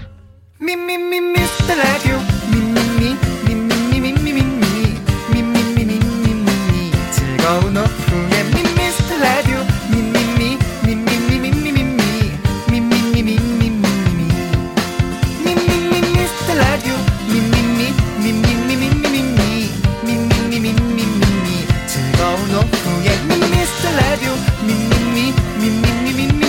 미미미 미스터 라디오 미미미 미미미 미미미 미미미 미미미 즐거운 오후에 미스터 라디오 미미미 미미미 미미미 미미미 미미미 미미미 미스터 라디오 미미미 미미미 미미미 미미미 미미미 즐거운 오후에 미스터 라디오 미미미 미미미 미미미 미미미 미미미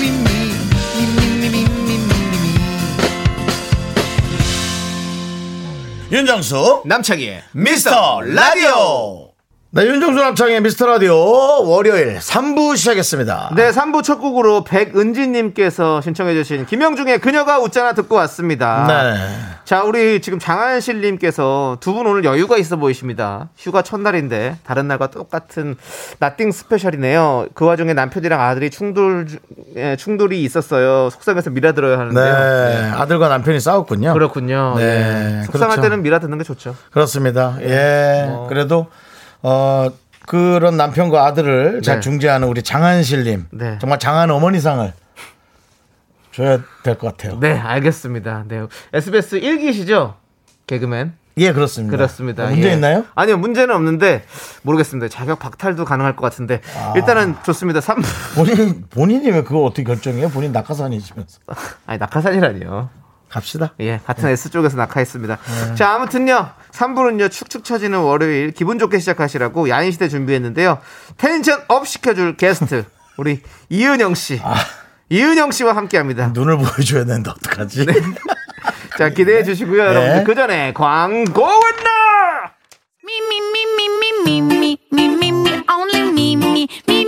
예. 윤정수 예.
남창희의
미스터 라디오. 네, 윤정수 남창의 미스터 라디오 월요일 3부 시작했습니다.
네, 3부 첫 곡으로 백은지님께서 신청해주신 김영중의 그녀가 웃잖아 듣고 왔습니다.
네.
자, 우리 지금 장한실님께서 두 분 오늘 여유가 있어 보이십니다. 휴가 첫날인데 다른 날과 똑같은 나띵 스페셜이네요. 그 와중에 남편이랑 아들이 충돌 주- 예, 충돌이 있었어요. 속상해서 미라 들어야 하는데요.
네. 아들과 남편이 싸웠군요.
그렇군요.
네,
예. 속상할
그렇죠.
때는 미라 듣는 게 좋죠.
그렇습니다.
네.
예.
뭐.
그래도 어 그런 남편과 아들을 잘
네.
중재하는 우리 장한실님
네.
정말 장한 어머니상을 줘야 될 것 같아요.
네, 알겠습니다. 네. SBS 1기시죠? 개그맨.
예, 그렇습니다.
그렇습니다.
문제
예.
있나요?
아니요, 문제는 없는데 모르겠습니다. 자격 박탈도 가능할 것 같은데
아.
일단은 좋습니다. 3
본인 본인이 왜 그걸 어떻게 결정해요? 본인 낙하산이시면서
아니 낙하산이라니요.
갑시다.
예, 같은 S 쪽에서 낙하했습니다.
네.
자, 아무튼요. 3부는요. 축축 처지는 월요일 기분 좋게 시작하시라고 야인 시대 준비했는데요. 텐션 업 시켜줄 게스트 우리 이은영 씨.
아.
이은영 씨와 함께합니다.
눈을 보여줘야 되는데 어떡하지?
네. 자, 기대해
네.
주시고요, 여러분들. 그 전에 광고 왔나!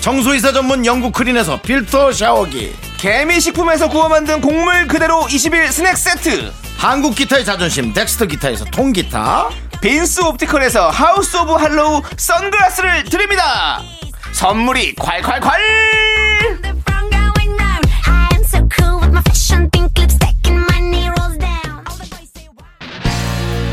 청소이사 전문 영국 크린에서 필터 샤워기
개미 식품에서 구워 만든 곡물 그대로 20일 스낵 세트
한국 기타의 자존심 덱스터 기타에서 통기타
빈스 옵티컬에서 하우스 오브 할로우 선글라스를 드립니다. 선물이 콸콸콸!
The wrong going round. I am so cool with my fashion pink lipstick and my knee rolls down. All the boys say wow.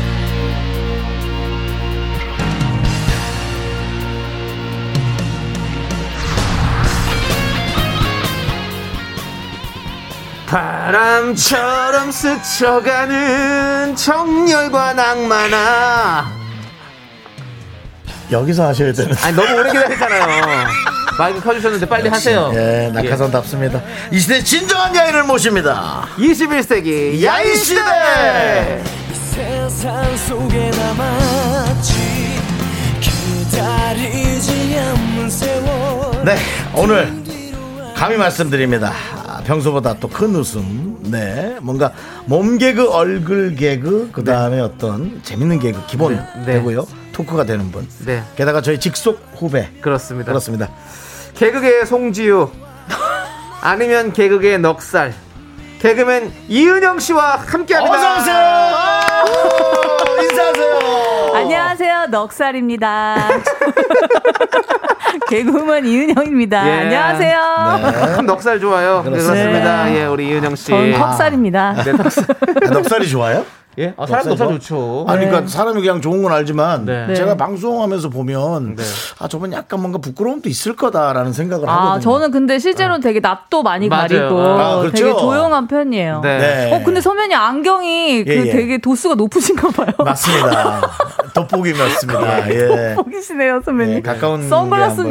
바람처럼 스쳐가는 정열과 낭만아.
여기서 하셔야 되는.
아니 너무 오래 기다렸잖아요. 마이크 켜주셨는데 빨리 하세요.
예, 낙하산답습니다. 이 시대 진정한 야인을 모십니다.
21세기 예. 야인 시대.
세상 속에 남았지 기다리지 않는 세월
네, 오늘 감히 말씀드립니다. 아, 평소보다 또 큰 웃음. 네, 뭔가 몸 개그, 얼굴 개그, 그 다음에 어떤 재밌는 개그 기본
네.
되고요. 토크가 되는 분.
네.
게다가 저희 직속 후배.
그렇습니다.
그렇습니다.
개그계의 송지효 아니면 개그계의 넉살 개그맨 이은영 씨와 함께합니다.
어서오세요! 인사하세요!
안녕하세요, 넉살입니다. 개그우먼 이은영입니다.
예.
안녕하세요.
네.
참 아, 넉살 좋아요. 네,
그렇습니다.
그렇습니다. 예, 우리 이은영 씨.
저는 턱살입니다.
네, 넉살.
아, 넉살이 좋아요?
예, 아, 사람 넉살 좋죠.
아니, 그러니까 사람이 그냥 좋은 건 알지만
네.
제가 방송하면서 보면 아, 저분 약간 뭔가 부끄러움도 있을 거다라는 생각을
아,
하거든요.
저는 근데 실제로 는 되게 낯도 많이
맞아요.
가리고
어. 아, 그렇죠?
되게 조용한 편이에요.
네.
네.
어, 근데 소면이 안경이 그
예, 예.
되게 도수가 높으신가 봐요.
맞습니다. 돋보기 맞습니다. 예.
보기시네요, 선배님.
예, 가까운
아, 선글라스인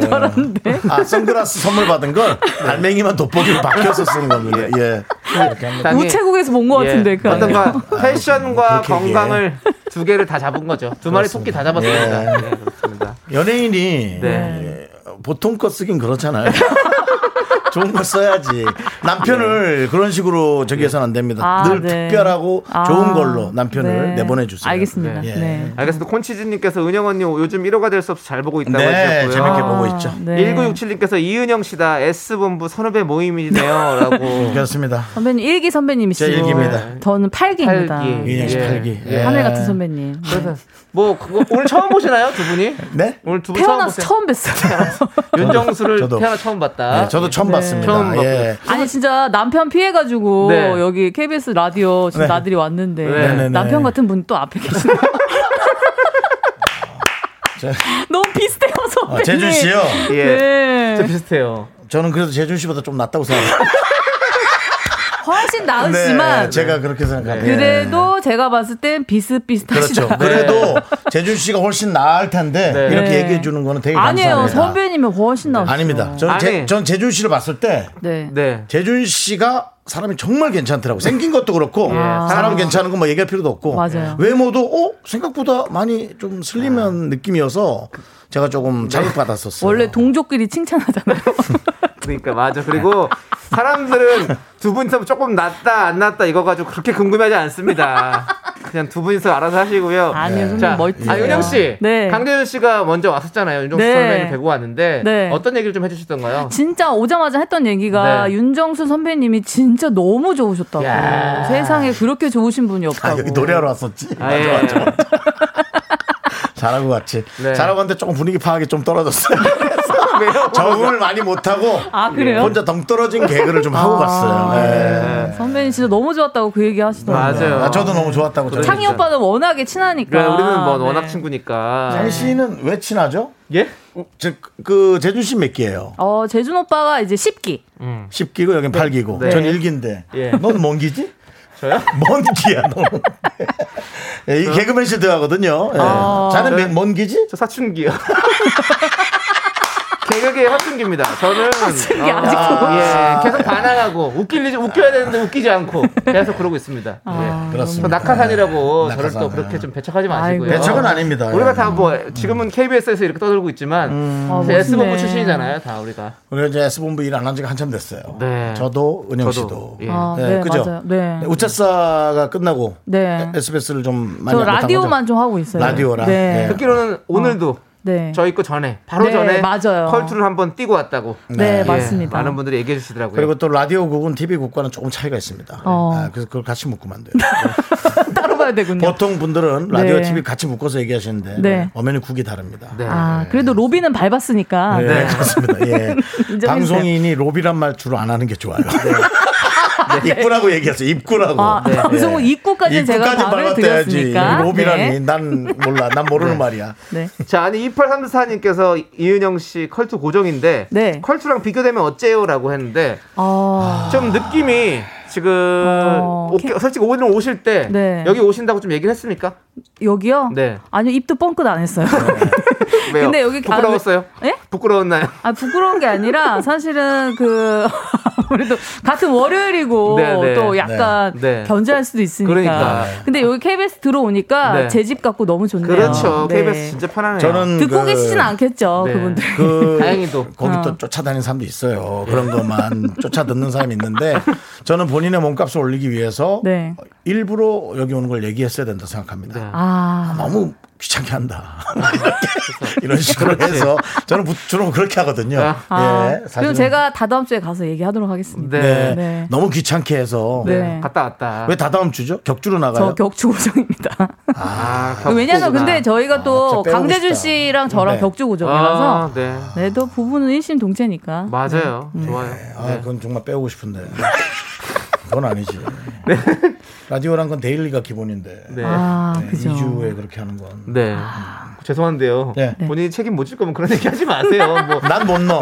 게 안
줄
보여요.
알았는데. 네.
아 선글라스 선물 받은 걸 알맹이만 돋보기로 바뀌어서 쓰는 겁니다. 예. 이렇게 한 거.
땅에
우체국에서 본 것 같은데, 그 안경.
어떤가 패션과
예. 그렇게 얘기해.
건강을 두 개를 다 잡은 거죠. 두 마리 토끼 다 잡았습니다. 예, 그렇습니다.
연예인이
네.
예, 보통 거 쓰긴 그렇잖아요. 좋은 거 써야지. 남편을 그런 식으로 저기 해서는 안 됩니다.
네. 아,
늘
네.
특별하고
아,
좋은 걸로 남편을
네.
내보내주세요.
알겠습니다.
예.
네.
알겠습니다. 콘치즈님께서 은영 언니 요즘 1호가 될 수 없어 잘 보고 있다고
네,
하셨고요.
재밌게
아,
보고 있죠.
네.
1967님께서 이은영 씨다 S본부 선후배 모임이네요라고
그렇습니다.
선배님, 일기 선배님이시고.
제 일기입니다.
저는 팔기입니다
팔기.
윤영 씨
예.
팔기. 예.
네. 예. 하늘 같은 선배님. 네,
그래서 뭐 그거 오늘 처음 보시나요 두 분이?
네?
오늘 두 분 처음
태어나서
보세요.
처음 뵀어요.
윤정수를
저도.
태어나 처음 봤다.
네, 저도 처음 봤습니다.
처음 봤고요.
예.
아니 진짜 남편 피해가지고
네.
여기 KBS 라디오 지금
네.
나들이 왔는데
네네네.
남편 같은 분 또 앞에 계시네요. 너무 비슷해요 선배님.
어, 제준 씨요.
예. 진짜
네.
비슷해요.
저는 그래도 제준 씨보다 좀 낫다고 생각해요.
훨씬 나으시지만
제가 그렇게 생각합니다.
네.
네,
그래도 제가 봤을 땐 비슷비슷하시다.
예. 그렇죠. 그래도 재준 씨가 훨씬 나을 텐데
네.
이렇게
네.
얘기해 주는 거는 되게
아니에요
감사합니다.
선배님은 훨씬 나으시죠.
아닙니다. 저는
아니.
제, 전 재준 씨를 봤을 때
네.
네.
재준 씨가 사람이 정말 괜찮더라고. 생긴 것도 그렇고
예,
사람 괜찮은 거 뭐 얘기할 필요도 없고
맞아요.
외모도 어 생각보다 많이 좀
아.
슬림한 느낌이어서 제가
네.
조금 자극받았었어요.
원래 동족끼리 칭찬하잖아요.
그러니까 맞아. 그리고 사람들은 두 분이서 조금 낫다 안 낫다 이거 가지고 그렇게 궁금해하지 않습니다. 그냥 두 분이서 알아서 하시고요.
네.
아니요, 선배님
자,
멋지세요.
아, 윤영 씨,
네.
강재윤 씨가 먼저 왔었잖아요. 윤정수
네.
선배님 뵈고 왔는데
네.
어떤 얘기를 좀 해주셨던가요?
진짜 오자마자 했던 얘기가
네.
윤정수 선배님이 진짜 너무 좋으셨다고
야.
세상에 그렇게 좋으신 분이
아,
없다고
여기 노래하러 왔었지.
아, 예.
잘하고 같이.
네.
잘하고 왔는데 조금 분위기 파악이 좀 떨어졌어요.
왜요?
적응을 많이 못하고
아 그래요? 아, 네.
혼자 덩 떨어진 개그를 좀 하고 갔어요. 예.
선배님 진짜 너무 좋았다고 그 얘기 하시더라고요
맞아요.
아, 저도 너무 좋았다고. 저는.
창희 오빠는 워낙에 친하니까
그래, 우리는 뭐 워낙
네.
친구니까.
창희 씨는 왜 친하죠?
예?
즉그 재준 씨 몇 기예요?
어, 재준 오빠가 이제 10기
10기고 여긴 8기고.
네.
전 1기인데.
예.
넌 뭔 기지?
저요?
뭔 기야, 너. 예, 이 개그맨 시드하거든요. 예.
아.
자는 몇- 뭔 기지?
저 사춘기요. 개그계의 사춘기입니다. 저는 사춘기
아직도.
예, 계속 반항하고 웃길지 웃겨야 되는데 웃기지 않고 계속 그러고 있습니다.
아,
예. 저
그렇습니다.
낙하산이라고
예,
저를 또
낙하산,
그렇게
예.
좀 배척하지 마시고요.
아이고.
배척은 아닙니다.
우리가
예.
다 뭐 지금은 KBS에서 이렇게 떠들고 있지만
아, 멋있네.
S본부 출신이잖아요, 다 우리가.
우리가 이제 S본부 일 안 한 지가 한참 됐어요.
네.
저도 은영 씨도.
저도. 예.
아, 네, 맞아요 네.
우차사가 끝나고
네.
SBS를 좀 많이 안
저
못한 거죠?
라디오만 좀 하고 있어요
라디오랑?
네.
네.
듣기로는 오늘도
네.
저희 거 전에 바로
네,
전에
맞아요.
컬투를 한번 뛰고 왔다고.
네,
예,
맞습니다.
많은 분들이 얘기해 주시더라고요.
그리고 또 라디오국은 TV국과는 조금 차이가 있습니다.
어.
아, 그래서 그걸 같이 묶으면 안 돼요.
따로 봐야 되군요.
보통 분들은 라디오
네.
TV 같이 묶어서 얘기하시는데
네.
엄연히 국이 다릅니다.
네.
아, 그래도 로비는 밟았으니까.
네, 그렇습니다. 예.
인정해주세요.
방송인이 로비란 말 주로 안 하는 게 좋아요. 네, 입구라고 얘기했어요. 입구라고.
네. 아,
네.
방송은 입구까지는 제가
입구까지
답을
밟았대야지.
드렸으니까.
로비라니
네.
난 몰라. 난 모르는 말이야.
네.
자, 아니 2834님께서 이은영 씨 컬투 고정인데
네.
컬투랑 비교되면 어째요라고 했는데
어,
좀 느낌이 지금
어,
오- 솔직히 오늘 오실 때
네.
여기 오신다고 좀 얘기를 했습니까?
여기요?
네.
아니요, 입도 뻥끗 안 했어요.
왜요?
근데 여기 가-
부끄러웠어요?
네.
예?
부끄러웠나요?
아, 부끄러운 게 아니라 사실은 그 아무래도 같은 월요일이고
네, 네.
또 약간
네. 네.
견제할 수도 있으니까.
그러니까.
근데 여기 KBS 들어오니까
네.
제 집 같고 너무 좋네요.
그렇죠.
네.
KBS 진짜 편하네요.
저는
듣고
그-
계시진 않겠죠,
네.
그분들.
그
다행히도.
거기
어.
또 쫓아다니는 사람도 있어요. 그런 것만 쫓아 듣는 사람이 있는데 저는 본인의 몸값을 올리기 위해서
네.
일부러 여기 오는 걸 얘기했어야 된다 생각합니다.
네.
아,
너무 귀찮게 한다. 이런 식으로 해서 저는 부- 주로 그렇게 하거든요.
아.
예, 사실은.
그럼 제가 다다음 주에 가서 얘기하도록 하겠습니다.
네.
네,
네.
너무 귀찮게 해서
네.
갔다 왔다.
왜 다다음 주죠? 격주로
저
나가요?
격주 고정입니다.
아,
왜냐면
겪구나.
근데 저희가 또
아, 진짜 빼고
강재준
싶다.
씨랑 저랑
네.
격주 고정이라서
아, 네.
네, 또 부부는 일심동체니까.
맞아요.
음.
좋아요.
아,
네.
그건 정말 빼오고 싶은데. 그건 아니지. 라디오란 건 데일리가 기본인데.
네.
아,
네,
그죠.
2주에 그렇게 하는 건.
네. 죄송한데요.
네.
본인이 책임 못 질 거면 그런 얘기 하지 마세요. 뭐.
난 못 넣어.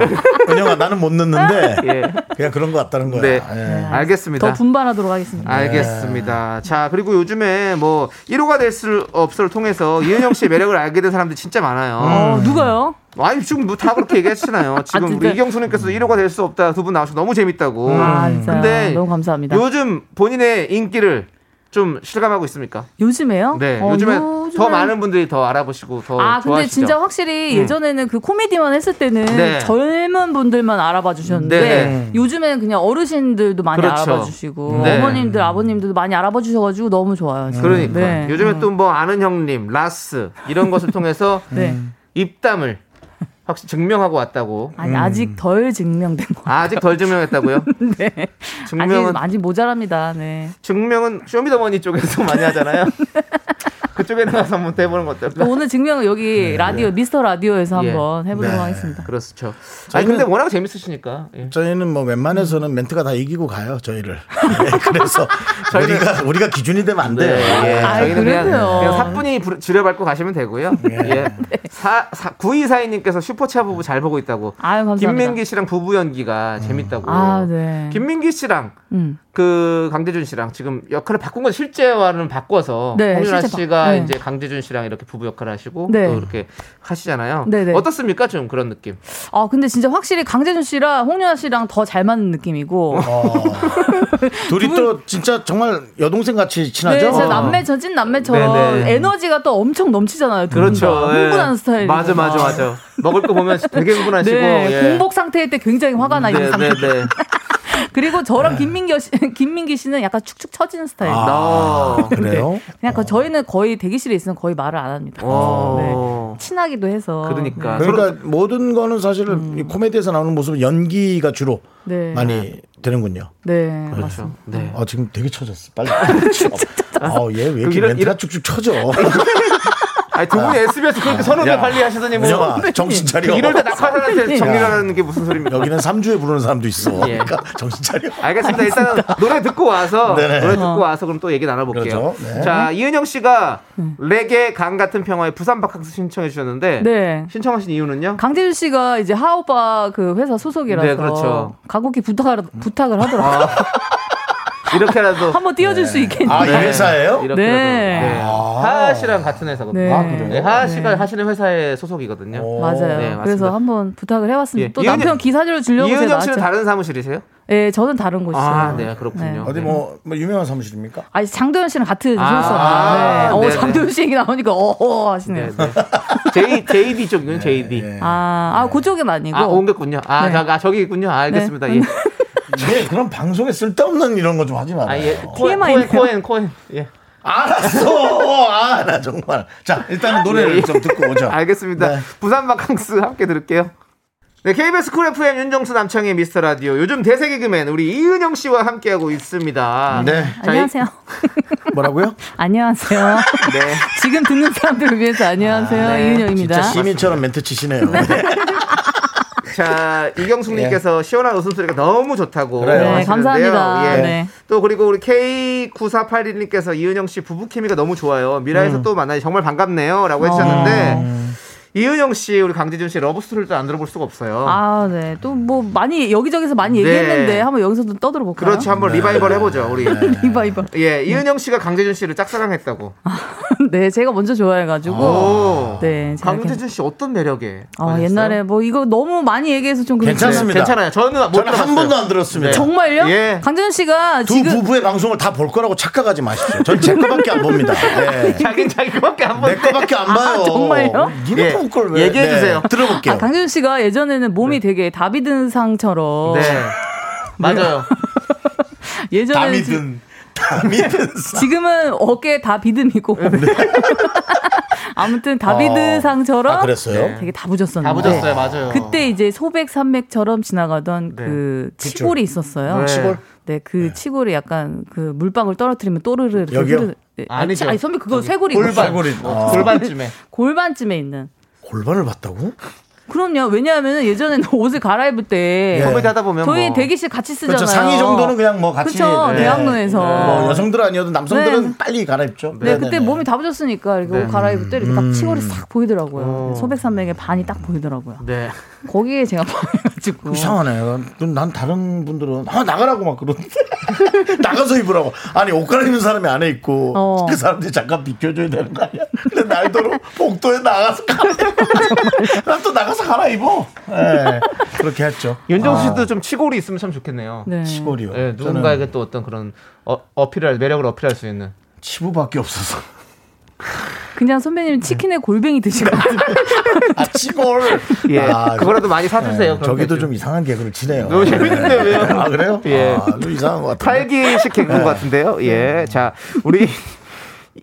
은영아, 나는 못 넣는데.
예.
그냥 그런 것 같다는 거야.
네.
예.
더
알겠습니다.
분발하도록 하겠습니다.
알겠습니다. 자, 그리고 요즘에 뭐 1호가 될 수 없어를 통해서 이은영 씨의 매력을 알게 된 사람들이 진짜 많아요.
어, 누가요?
아니, 지금 뭐다 그렇게 얘기하시나요? 지금
아, 진짜?
우리 이경수 님께서도 1호가 될 수 없다 두 분 나오셔서 너무 재밌다고.
아, 진짜
음. 근데
너무 감사합니다. 요,
요즘 본인의 인기를 좀 실감하고 있습니까?
즘에요 어,
네. 요즘에 더 많은 분들이 더 알아보시고 더
아, 근데
좋아하시죠. 음.
진짜 확실히 예전에는 그 코미디만 했을 때는
네.
젊은 분들만 알아봐 주셨는데
네.
요즘에는 그냥 어르신들도 많이
그렇죠.
알아봐 주시고
네.
어머님들, 아버님들도 많이 알아봐 주셔 가지고 너무 좋아요. 지금.
그러니까
네.
요즘에 또 뭐 아는 형님, 라스 이런 것을 통해서
네.
입담을 확실히 증명하고 왔다고.
아니, 아직 덜 증명된 거.
아, 아직 덜 증명했다고요?
네.
증명은
아직 아직 모자랍니다. 네.
증명은 쇼미더머니 쪽에서 많이 하잖아요. 그쪽에 나가서 한번 해보는 것
또
어떨까?
오늘 증명은 여기 라디오 미스터 라디오에서
네. 예.
한번 해보도록
네.
하겠습니다.
그렇죠. 아니 근데 워낙 재밌으시니까. 예.
저희는 뭐 웬만해서는 멘트가 다 이기고 가요, 저희를. 예, 그래서 우리가, 우리가 기준이 되면 안 돼요. 예.
아이,
네, 저희는 그냥,
그래도요.
그냥 사뿐히 부르- 지려밟고 가시면 되고요. 예. 사, 사, 9242님께서 슈퍼차 부부 잘 보고 있다고. 음.
아유 감사합니다.
김민기 씨랑 부부 연기가 재밌다고.
아, 네.
김민기 씨랑
음.
그 강재준 씨랑 지금 역할을 바꾼 건 실제와는 바꿔서
네,
홍윤아
실제 바-
씨가
네.
이제 강재준 씨랑 이렇게 부부 역할을 하시고
네.
또 이렇게 하시잖아요.
네, 네.
어떻습니까? 좀 그런 느낌.
아 근데 진짜 확실히 강재준 씨랑 홍윤아 씨랑 더 잘 맞는 느낌이고.
어. 둘이 또 진짜 정말 여동생 같이
네,
친하죠? 어.
진짜 남매 저찐 남매처럼
네, 네.
에너지가 또 엄청 넘치잖아요. 두
그렇죠.
분 다.
예.
흥분하는 스타일.
맞아, 맞아, 맞아. 먹을 거 보면 되게 흥분하시고.
네,
예.
공복 상태일 때 굉장히 화가 나 있는
네,
상태.
네, 네.
그리고 저랑 김민기 씨, 김민기 씨는 약간 축축 처지는 스타일.
아,
나.
그래요?
그냥 그 저희는 거의 대기실에 있으면 거의 말을 안 합니다. 네.
어.
친하기도 해서. 네.
그러니까. 서로
그러니까 모든 거는 사실 이 코미디에서 나오는 모습은 연기가 주로
음. 네.
많이 되는군요.
네.
그렇죠. 네.
아 지금 되게 쳐졌어. 빨리. 아, 아얘왜 이렇게
이런-
멘트가
이런-
쭉쭉 쳐져?
아니, 두 분이 SBS 그렇게 선호를
야.
빨리 하시더니 뭐.
은영아 정신 차려.
이럴 때
네.
낙하산한테 정리를
야.
하는 게 무슨 소리입니까?
여기는 3주에 부르는 사람도 있어.
예.
그러니까 정신 차려.
알겠습니다. 일단은 노래 듣고 와서
네네.
노래 듣고 와서 그럼 또 얘기 나눠볼게요.
그렇죠. 네.
자 이은영 씨가 레게 강 같은 평화의 부산 바캉스 신청해 주셨는데
음. 네.
신청하신 이유는요?
강재준 씨가 이제 하 오빠 그 회사 소속이라서
네, 그렇죠.
가곡이 부탁을 부탁을 하더라고요.
아, 이렇게라도
한번 띄워줄 수 있겠니?
아 이
네.
회사예요?
이렇게라도
네.
네.
아.
하하 씨랑 같은 회사거든요.
네. 아, 그래요?
네, 하하 씨가
네.
하시는 회사의 소속이거든요.
오.
맞아요.
네, 맞습니다.
그래서 한번 부탁을 해봤습니다.
예.
또
이은영-
남편 기사료를 주려고 제가
이은영 씨는
나왔죠.
다른 사무실이세요?
예, 저는 다른 곳이죠.
아, 네, 그렇군요.
어디 뭐, 뭐 유명한 사무실입니까?
아니 장도연 씨는 같은
아,
소속사인데,
아,
어
네네.
장도연 씨 얘기 나오니까 어어 하시네요.
네, 네. J, JD 쪽이군요, JD.
예.
아, 아 그쪽은 아니고.
아, 옮겼군요. 아,
네.
저, 아, 저기 있군요. 아, 알겠습니다. 예.
예, 그런 방송에 쓸데없는 이런 거 좀 하지 말아요.
아, 예.
TMI
코엔,
네요.
코엔, 코엔. 예.
알았어. 아, 나 정말. 자, 일단은 노래를
예, 예.
좀 듣고 오죠.
알겠습니다.
네.
부산 바캉스 함께 들을게요. 네, KBS 쿨 FM 윤정수 남창의 미스터 라디오. 요즘 대세 개그맨 우리 이은영 씨와 함께하고 있습니다.
네.
자,
안녕하세요.
뭐라고요?
안녕하세요.
이- 네.
지금 듣는 사람들을 위해서 안녕하세요.
아, 네.
이은영입니다.
진짜 시민처럼 멘트 치시네요. 네.
자, 이경숙님께서 시원한 웃음소리가 너무 좋다고.
그래요. 네,
하시는데요.
감사합니다.
예.
네.
또 그리고 우리 K9481님께서 이은영 씨 부부 케미가 너무 좋아요.
음.
미라에서 또 만나니 정말 반갑네요. 라고 해주셨는데.
어.
이은영 씨, 우리 강재준 씨 러브스토리를 또 안 들어볼 수가 없어요.
아, 네. 또 뭐 많이 여기저기서 많이
네.
얘기했는데 한번 여기서도 떠들어 볼까요?
그렇죠.
네.
한번 리바이벌 해보죠, 우리.
이봐 이봐.
예, 이은영 씨가 강재준 씨를 짝사랑했다고.
네, 제가 먼저 좋아해 가지고.
오.
어. 네, 제가
어. 강재준 씨 어떤 매력에?
아,
빠졌어요? 네,
옛날에 뭐 이거 너무 많이 얘기해서 좀 그런데
괜찮습니다.
괜찮아요. 저는 못
저는 한
들어봤어요.
번도 안 들었습니다.
정말요?
예.
강재준 씨가
두
지금
부부의 방송을 다 볼 거라고 착각하지 마십시오. 전 제 거밖에 안 봅니다. 네.
자기 자기밖에 안
내
본.
거밖에 안 봐요.
정말요?
니네
아, 예.
뽑을 걸 왜?
얘기해 주세요.
들어볼게요.
아, 강재준 씨가 예전에는 몸이 되게 다비든 상처럼
네. 맞아요.
예전에 지-
담이든 담이든
지금은 어깨 다 비듬이고 아무튼 다비드
어.
상처럼
아, 그랬어요?
네.
되게 다부졌었는데
다 보셨어요. 맞아요.
네. 그때 이제 소백 산맥처럼 지나가던
네.
그 치골이 있었어요.
네. 치골?
네, 그 치골이 약간 그 물방울 떨어뜨리면 또르르 이렇게
여기요?
흐르- 네,
아니죠.
아니 선배 그거 쇄골이 네.
골반. 뭐
골골이. 아.
골반쯤에.
골반쯤에 있는.
골반을 봤다고?
그럼요. 왜냐하면 예전에는 옷을 갈아입을 때
예.
컴퓨터 하다 보면
저희
뭐.
대기실 같이 쓰잖아요.
그렇죠. 상의 정도는 그냥 뭐 같이
그렇죠.
네.
대학로에서.
뭐 여성들 아니어도 남성들은
네.
빨리 갈아입죠.
네, 그때 몸이 다부졌으니까 이렇게
네.
옷 갈아입을 때 이렇게
음.
딱 치골이 싹 보이더라고요.
어.
소백산맥의 반이 딱 보이더라고요.
네.
거기에 제가 반해가지고
이상하네. 난, 난 다른 분들은 아 나가라고 막 그러는데 나가서 입으라고. 아니 옷 갈아입는 사람이 안에 있고
어.
그 사람들이 잠깐 비켜줘야 되는 거 아니야? 근데 날도로 복도에 나가서 난또 나가서 갈아입어. 예, 그렇게 했죠. 아,
윤정수 씨도 좀 치골이 있으면 참 좋겠네요.
아. 네.
시골이요.
예,
누군가에게
누군가에게 또 어떤 그런 어, 어필할 매력을 어필할 수 있는.
치부밖에 없어서.
그냥
네.
선배님 치킨에 골뱅이 드시고
아 치골.
예.
아,
그거라도 많이 사주세요.
예,
그런
저기도
게
좀 이상한 개그를 치네요.
너무 재밌는데 왜요?
아 그래요?
예.
아, 좀 이상한 것 같아요.
탈기식 개그인 것 같은데요. 예. 자, 우리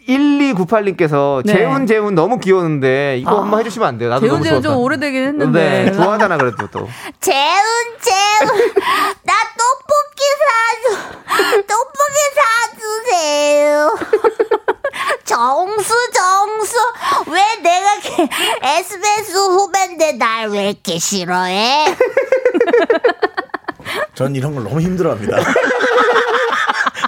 1298님께서
네.
재훈 재훈 너무 귀여운데 이거
아.
한번 해주시면 안 돼요? 나도 너무
재훈재훈 좀
좋아.
오래되긴 했는데
네, 좋아하잖아 그래도 또.
재훈 재훈 나 떡볶이 사주 떡볶이 사주세요 정수 정수 왜 내가 걔- SBS 후배인데 날 왜 이렇게 싫어해
전 이런 걸 너무 힘들어합니다.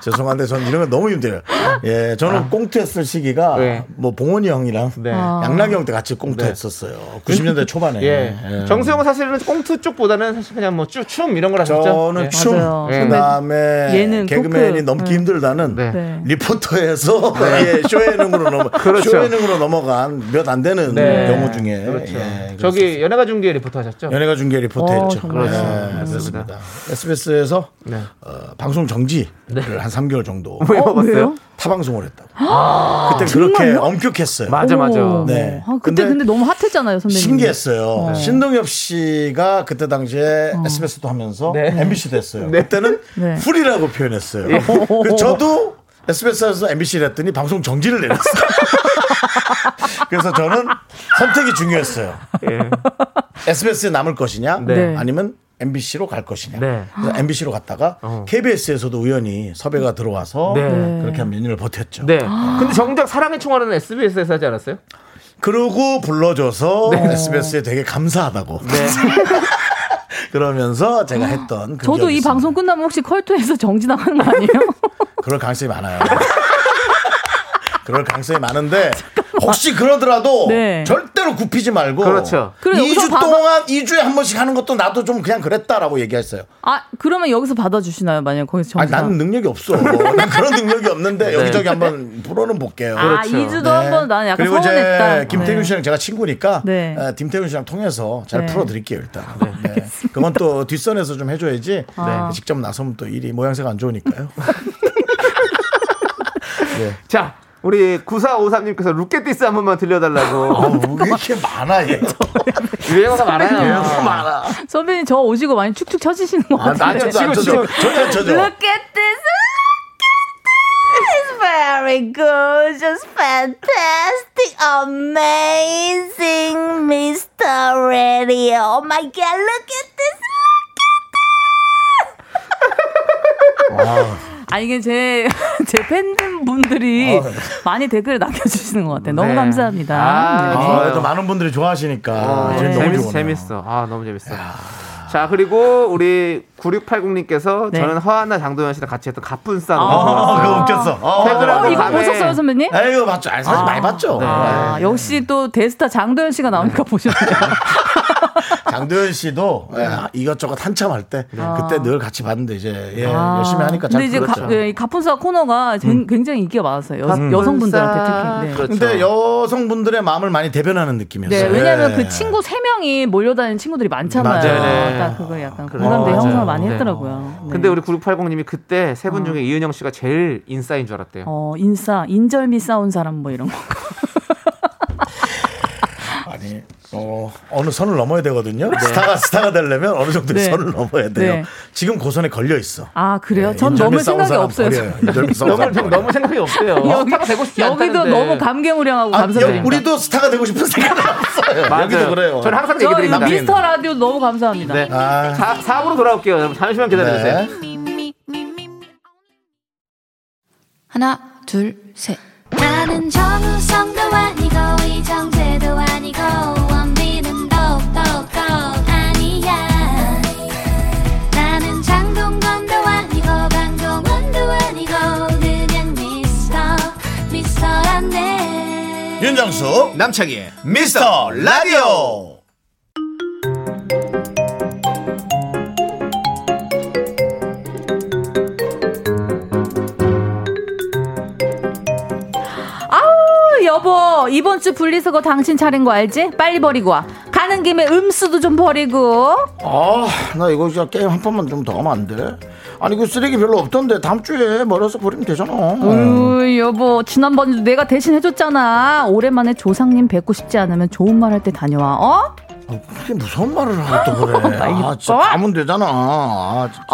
죄송한데 전 이런 거 너무 힘들어요. 예, 저는 꽁트했을 시기가
아. 네.
뭐 봉원이 형이랑
네.
아.
양락이 형 때 같이 꽁트했었어요. 90년대 초반에.
예. 정수영은 사실은 꽁트 쪽보다는 사실 그냥 뭐 쭈, 춤 이런 걸 하셨죠?
저는
예.
춤,
맞아요.
그 다음에
예능,
개그맨이
토크.
넘기 힘들다는
네.
네.
리포터에서 예, 쇼예능으로 넘어
그렇죠.
쇼예능으로 넘어간 몇 안 되는
네.
경우 중에
그렇죠.
예,
저기 연예가 중계 리포터 하셨죠?
어, 연예가 중계 리포터였죠.
어, 정말.
예, 그렇습니다. SBS에서 어,
네.
방송 정지를 한 3개월 정도
왜
어, 왜요?
타방송을 했다고. 그때 그렇게 엄격했어요.
맞아 맞아.
오.
네.
아, 그때
근데
근데, 너무 핫했잖아요 선배님
신기했어요. 신동엽 씨가 그때 당시에 SBS도 하면서
네.
MBC도 했어요.
네.
그때는
네.
풀이라고 표현했어요. 그래서 저도 SBS에서 MBC를 했더니 방송 정지를 내렸어요. 그래서 저는 선택이 중요했어요.
예.
SBS에 남을 것이냐
네.
아니면 MBC로 갈 것이냐.
네. 어.
그래서 MBC로 갔다가 KBS에서도 우연히 섭외가 들어와서
네.
그렇게 한 몇 년을 버텼죠.
네. 근데 정작 사랑의 총알은 SBS에서 하지 않았어요?
그러고 불러줘서
네.
SBS에 되게 감사하다고. 그러면서 제가 했던 그
저도
기억이
이
있습니다.
방송 끝나면 혹시 컬투에서 정지 나가는 거 아니에요?
그럴 가능성이 많아요. 그럴 가능성이 많은데 혹시 그러더라도
네. 절대로
절대로 굽히지 말고
그렇죠.
그래, 여기서
2주
봐봐.
동안 2주에 한 번씩 하는 것도 나도 좀 그냥 그랬다라고 얘기했어요.
아 그러면 여기서 받아주시나요? 만약 거기서 정지
아니
나가
나는 능력이 없어. 난 그런 능력이 없는데 여기저기 한번 불어는 볼게요.
네. 아,
그렇죠.
이주도 한번 나는 약간
네. 그리고
서운했다.
이제 김태균 씨랑 제가 친구니까
네.
아, 김태균 씨랑 통해서 잘
네.
풀어드릴게요 일단. 네. 그건 또 뒷선에서 좀 해줘야지 네.
아.
직접 나서면 또 일이 모양새가 안 좋으니까요.
자, 우리 9453님께서 루켓디스 한 번만 들려달라고.
어, 왜 이렇게 많아 얘.
유행어가 많아요.
많아.
네. 선배님 저 오시고 많이 축축 쳐지시는 거 같아요.
아니요, 저안 쳐줘. 전혀 안 쳐줘.
Look at this. Look at this
very gorgeous, fantastic, amazing, Mr. Radio. Oh my god, look at this!
아니 이게 제, 제 팬분들이 많이 댓글을 남겨주시는 것 같아요. 너무
네.
감사합니다.
아,
네.
아,
좋아요.
또 많은 분들이 좋아하시니까
네.
지금 너무
재밌어,
좋네요.
재밌어. 아, 너무 재밌어. 자, 그리고 우리 9680님께서
네. 아,
저는 허한나 장도연 씨랑 같이 했던 가뿐싸.
어, 그거 웃겼어. 어,
퇴근하고
어, 이거
밤에
보셨어요, 선배님?
에이, 거 봤죠. 아니, 사실 많이 봤죠. 네.
아, 역시 또 데스타 장도연 씨가 나오니까 보셨네요.
장도연 씨도
네.
예, 이것저것 한참 할 때 그때 늘 같이 봤는데 이제 예,
아,
열심히 하니까 그렇죠.
근데
잘
이제
들었죠.
가, 예, 이 가푼사 코너가 제- 굉장히 인기가 많았어요.
가뿐싸.
여, 성분들한테 특히. 네.
그렇죠.
근데 여성분들의 마음을 많이 대변하는 느낌이었어요.
네, 왜냐하면
예.
그 친구 세 명이 몰려다니는 친구들이 많잖아요.
맞아요.
네.
딱 그거 약간
그래요.
공감대
맞아요.
형성을 많이
네.
했더라고요. 네.
근데 우리 9680님이 그때 세 분 중에 이은영 씨가 제일 인싸인 줄 알았대요.
어 인싸 인절미 싸운 사람 뭐 이런 거.
아니 어, 어느 선을 넘어야 되거든요. 스타가 스타가 되려면 어느 정도 의
네.
선을 넘어야 돼요.
네.
지금 고선에 걸려 있어. 예,
아
네,
그래요? 전 넘을 생각이 없어요.
너무, 너무 생각이 없어요. 스타가 되고 싶지
여기도
않다는데.
너무 감개무량하고
아,
감사드립니다.
아, 우리도 스타가 되고 싶은 생각은 없어요.
맞아요.
여기도 그래요.
저는 항상 예, 얘기
저
드립니다.
미스터 라디오 너무 감사합니다.
네.
아,
사, 4부로 돌아올게요. 여러분 잠시만 기다려주세요.
네.
하나, 둘, 셋.
나는 정우성도 아니고 이정재도 아니고 원빈은 더욱더 아니야 나는 장동건도 아니고 강동원도 아니고 그냥 미스터 미스터란데
윤정수 남창희 미스터 라디오.
아우 어, 여보 이번 주 분리수거 당신 차린 거 알지? 빨리 버리고 와. 가는 김에 음수도 좀 버리고.
아나 이거 진짜 게임 한 판만 좀 더 하면 안 돼? 아니 그 쓰레기 별로 없던데 다음 주에 버려서 버리면 되잖아.
음.
어. 으 음. 여보 지난번에도 내가 대신 해줬잖아. 오랜만에 조상님 뵙고 싶지 않으면 좋은 말 할 때 다녀와. 어?
아, 그게 무서운 말을 하고 또 그래. 아 진짜 가면 되잖아. 아, 진짜.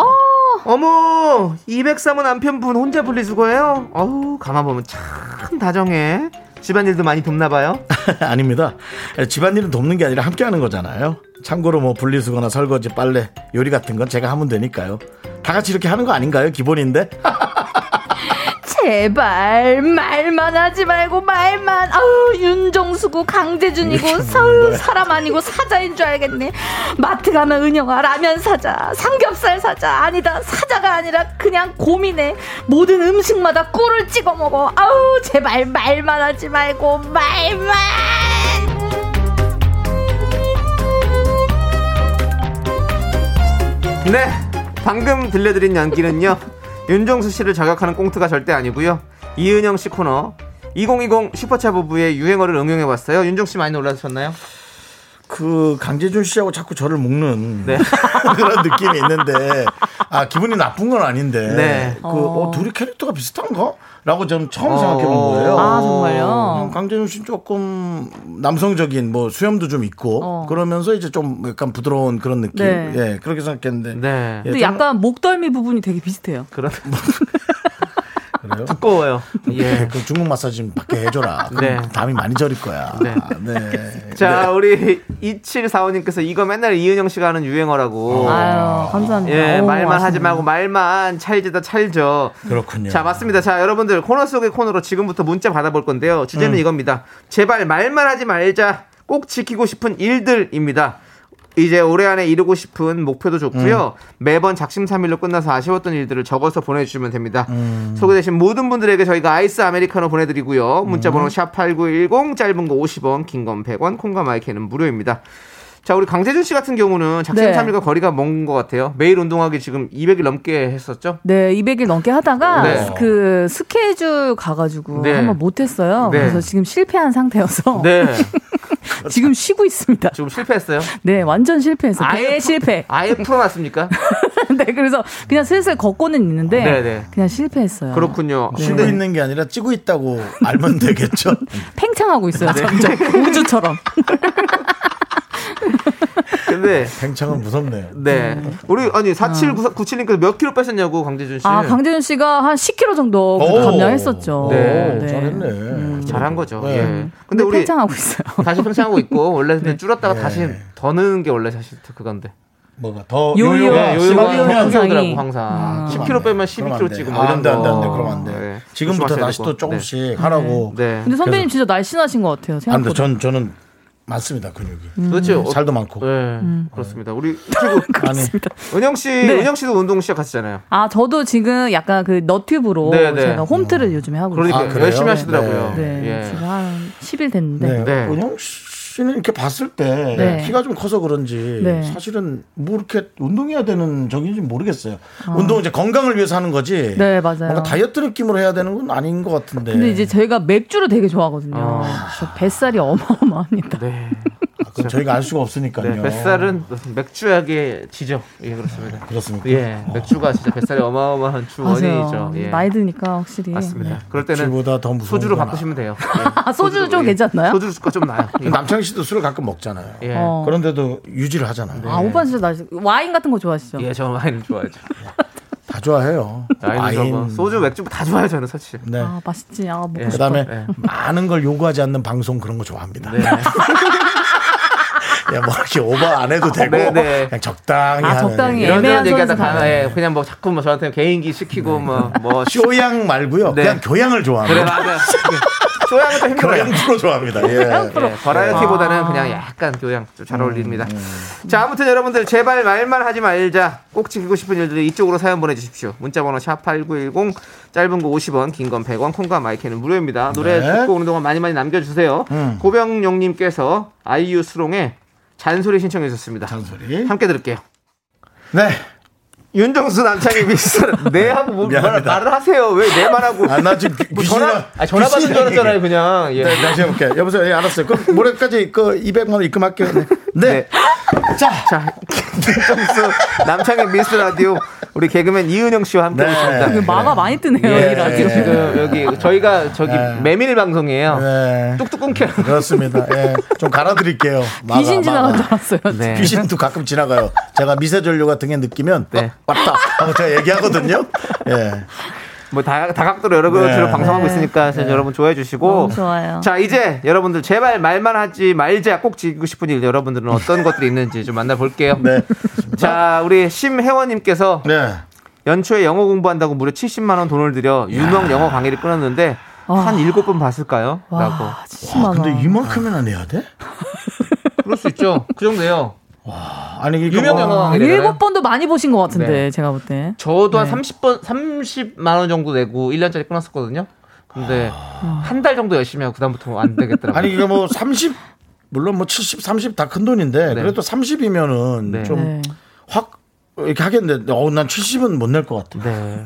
어머 203호 남편분 혼자 분리수거해요? 어우 가만 보면 참 다정해 집안일도 많이 돕나 봐요
아닙니다. 에, 집안일은 돕는 게 아니라 함께 하는 거잖아요. 참고로 뭐 분리수거나 설거지, 빨래, 요리 같은 건 제가 하면 되니까요. 다 같이 이렇게 하는 거 아닌가요? 기본인데.
제발 말만 하지 말고 말만 아우 윤정수고 강재준이고
네.
서울 사람 아니고 사자인 줄 알겠네 마트 가면 은영아 라면 사자 삼겹살 사자 아니다 사자가 아니라 그냥 고민해 모든 음식마다 꿀을 찍어 먹어 아우 제발 말만 하지 말고 말만
네 방금 들려드린 연기는요 윤종수 씨를 저격하는 꽁트가 절대 아니고요 이은영 씨 코너 2020 슈퍼차 부부의 유행어를 응용해봤어요 윤종 씨 많이 놀라셨나요?
그 강재준 씨하고 자꾸 저를 묶는
네.
그런 느낌이 있는데 아 기분이 나쁜 건 아닌데
네.
그 어, 둘이 캐릭터가 비슷한가? 라고 저는 처음
어.
생각해 본 거예요.
아 정말요
음, 강재준 씨는 조금 남성적인 뭐 수염도 좀 있고
어.
그러면서 이제 좀 약간 부드러운 그런 느낌.
네.
예, 그렇게 생각했는데.
네
예,
근데
저는-
약간 목덜미 부분이 되게 비슷해요
그런
그래요?
두꺼워요
예,
예.
그 중국 마사지 좀 받게 해줘라. 그럼
네.
담이 많이 저릴 거야.
네.
아, 네.
자 우리 2745님께서 이거 맨날 이은영 씨가 하는 유행어라고
음, 아유 감사합니다
예,
어우,
말만 하지
아쉽네요.
말고 말만 찰지다 찰져.
그렇군요.
자, 맞습니다. 자, 여러분들 코너 속의 코너로 지금부터 문자 받아볼 건데요.
음.
주제는 이겁니다. 제발 말만 하지 말자. 꼭 지키고 싶은 일들입니다. 이제 올해 안에 이루고 싶은 목표도 좋고요.
음.
매번 작심삼일로 끝나서 아쉬웠던 일들을 적어서 보내주시면 됩니다.
음.
소개되신 모든 분들에게 저희가 아이스 아메리카노 보내드리고요.
음.
문자번호 샵8910 짧은 거 50원, 긴 건 100원, 콩과 마이크는 무료입니다. 자, 우리 강재준 씨 같은 경우는 작심
네.
삼일과 거리가 먼 것 같아요. 매일 운동하기 지금 200일 넘게 했었죠?
네, 200일 넘게 하다가
네.
그 스케줄 가가지고
네.
한번 못했어요.
네.
그래서 지금 실패한 상태여서
네.
지금 쉬고 있습니다.
지금 실패했어요.
네, 완전 실패해서
아예
아예 실패.
아예 풀어놨습니까?
네, 그래서 그냥 슬슬 걷고는 있는데
네, 네.
그냥 실패했어요.
그렇군요.
쉬고
근데
있는 게 아니라 찌고 있다고 알면 되겠죠.
네.
팽창하고 있어요. 점점 우주처럼.
근데
팽창은 무섭네요.
네. 우리 아니 4797님께서 몇 킬로 빼셨냐고 강재준 씨.
아, 강재준 씨가 한 10kg 정도
네. 오.
어, 감량했었죠.
네.
잘했네.
잘한 거죠.
네.
예. 근데 우리 네.
팽창하고 있어요.
다시 팽창하고 있고 원래 근데
네.
줄었다가 다시 더 넣는 게 원래 사실 그건데. 네,
뭐가 더
요요가
네,
네,
요요가 심하게
요요가
오면
더 크게
상이-
오더라고 항상. 10kg 빼면 12kg 찌고 뭐
아,
이런
안 돼, 안 돼, 안 돼.
거.
그럼 안 돼.
네.
지금부터
조심하셔야
다시 또
되고. 네.
조금씩 하라고.
근데 선배님 진짜 날씬하신 것 같아요.
그래서- 안 돼.
생각보다.
전 저는 많습니다 근육이.
음.
도대체 어-
살도 많고.
네. 그렇습니다. 우리 그리고 은영 씨,
네.
은영 씨도 운동 시작하시잖아요.
아, 저도 지금 약간 그 너튜브로
네, 네.
제가 홈트를 요즘에 하고
그러니까
있어요.
열심히 하시더라고요.
아, 네.
예.
제가 한 10일 됐는데.
네. 은영 씨는 이렇게 봤을 때
네.
키가 좀 커서 그런지
네.
사실은 뭐 이렇게 운동해야 되는 적인지 모르겠어요. 운동 이제 건강을 위해서 하는 거지.
아. 네, 맞아요.
뭔가 다이어트 네. 느낌으로 해야 되는 건 아닌 것 같은데.
근데 이제 저희가 맥주를 되게 좋아하거든요. 그래서 뱃살이 어마어마합니다.
네.
아, 그건 저희가 알 수가 없으니까요.
네, 뱃살은 뱃주약의 지죠. 예, 그렇습니다.
그렇습니까?
예, 맥주가 진짜 뱃살이 어마어마한 주 원인이죠. 예.
나이 드니까 확실히. 네.
맞습니다. 그럴 때는
맥주보다 더 무서운
소주로
건
바꾸시면 돼요. 예.
아, 소주도 좀 괜찮나요? 음.
소주가 좀 나요. 예.
남창희 씨도 술을 가끔 먹잖아요.
예.
어.
그런데도 유지를 하잖아요.
아, 오빠 진짜 날씬. 와인 같은 거 좋아하시죠?
예, 저는 와인을 좋아하죠.
다 좋아해요.
와인,
와인.
은뭐 소주, 맥주 다 좋아해요, 저는 사실.
네.
아, 맛있지. 아, 먹고 싶다.
그다음에
네.
많은 걸 요구하지 않는 방송 그런 거 좋아합니다.
네.
야, 뭐 이렇게 오버 안 해도 되고
네, 네.
그냥 적당히
아,
하는.
적당히.
이런
애매한
저런 얘기하다
선에서
가 예, 그냥 뭐 자꾸 뭐 저한테 개인기 시키고 뭐 뭐.
쇼양 말고요.
네.
그냥 교양을
그래
좋아합니다. 네.
맞아요. 소양은 또 힘들어요.
교양 프로 좋아합니다. 예.
예,
아.
버라이어티보다는 그냥 약간 교양 좀 잘 어울립니다.
음.
자, 아무튼 여러분들 제발 말만 하지 말자. 꼭 지키고 싶은 일들이 이쪽으로 사연 보내주십시오. 문자번호 샵8910 짧은 거 50원, 긴 건 100원, 콩과 마이크는 무료입니다. 노래
네.
듣고 오는 동안 많이 많이 남겨주세요.
음.
고병용님께서 아이유 수롱의 잔소리 신청해 주셨습니다.
잔소리.
함께 들을게요.
네.
윤정수 남창희 미스터 내 하고 뭐 말,
미안합니다.
말을 하세요. 왜 내 말하고?
아, 나 지금
뭐
귀신이라-
전화 아, 전화 받은 줄
귀신이라
알았잖아요, 그냥. 예.
네, 다시 해볼게. 요 여보세요. 예, 알았어요. 그럼 모레까지 그 200만 원 입금할게요. 네. 네. 자,
자, 김정수 남창의 미스 라디오 우리 개그맨 이은영 씨와 함께
네.
했습니다.
네.
그 마가 많이 뜨네요, 이
예.
라디오.
예. 지금 여기 저희가 저기
네.
메밀 방송이에요.
네.
뚝뚝 끊겨.
그렇습니다. 예. 좀 갈아드릴게요. 마가,
귀신 지나간
마가.
줄 알았어요.
네.
귀신도 가끔 지나가요. 제가 미세 전류가 등에 느끼면
네.
어, 왔다 하고 제가 얘기하거든요. 예.
뭐 다, 다각도로 여러 가지로
네.
방송하고 있으니까 여러분 좋아해 주시고.
너무 좋아요.
자, 이제 여러분들 제발 말만 하지 말자. 꼭 지키고 싶은 일 여러분들은 어떤 것들이 있는지 좀 만나볼게요.
네.
자, 우리 심혜원님께서
네.
연초에 영어 공부한다고 무려 70만 원 돈을 들여 유명 영어 강의를 끊었는데 한 일곱 번 봤을까요? 라고.
와, 70만 원.
아, 근데 이만큼이나 내야 돼?
그럴 수 있죠. 그 정도예요.
아니 이게
유명
뭐-
영화
일곱 번도 많이 보신 것 같은데
네.
제가 볼 때.
저도
네.
한 30번 30만 원 정도 내고 1년짜리 끊었었거든요. 근데 한 달 정도 열심히 하고 그다음부터 안 되겠더라고요.
아니 이게 뭐 30, 물론 뭐 70, 30 다 큰 돈인데
네.
그래도 30이면은
네.
네.
좀 확 이렇게 하겠는데 어우 난 70은 못 낼 것 같아.
네.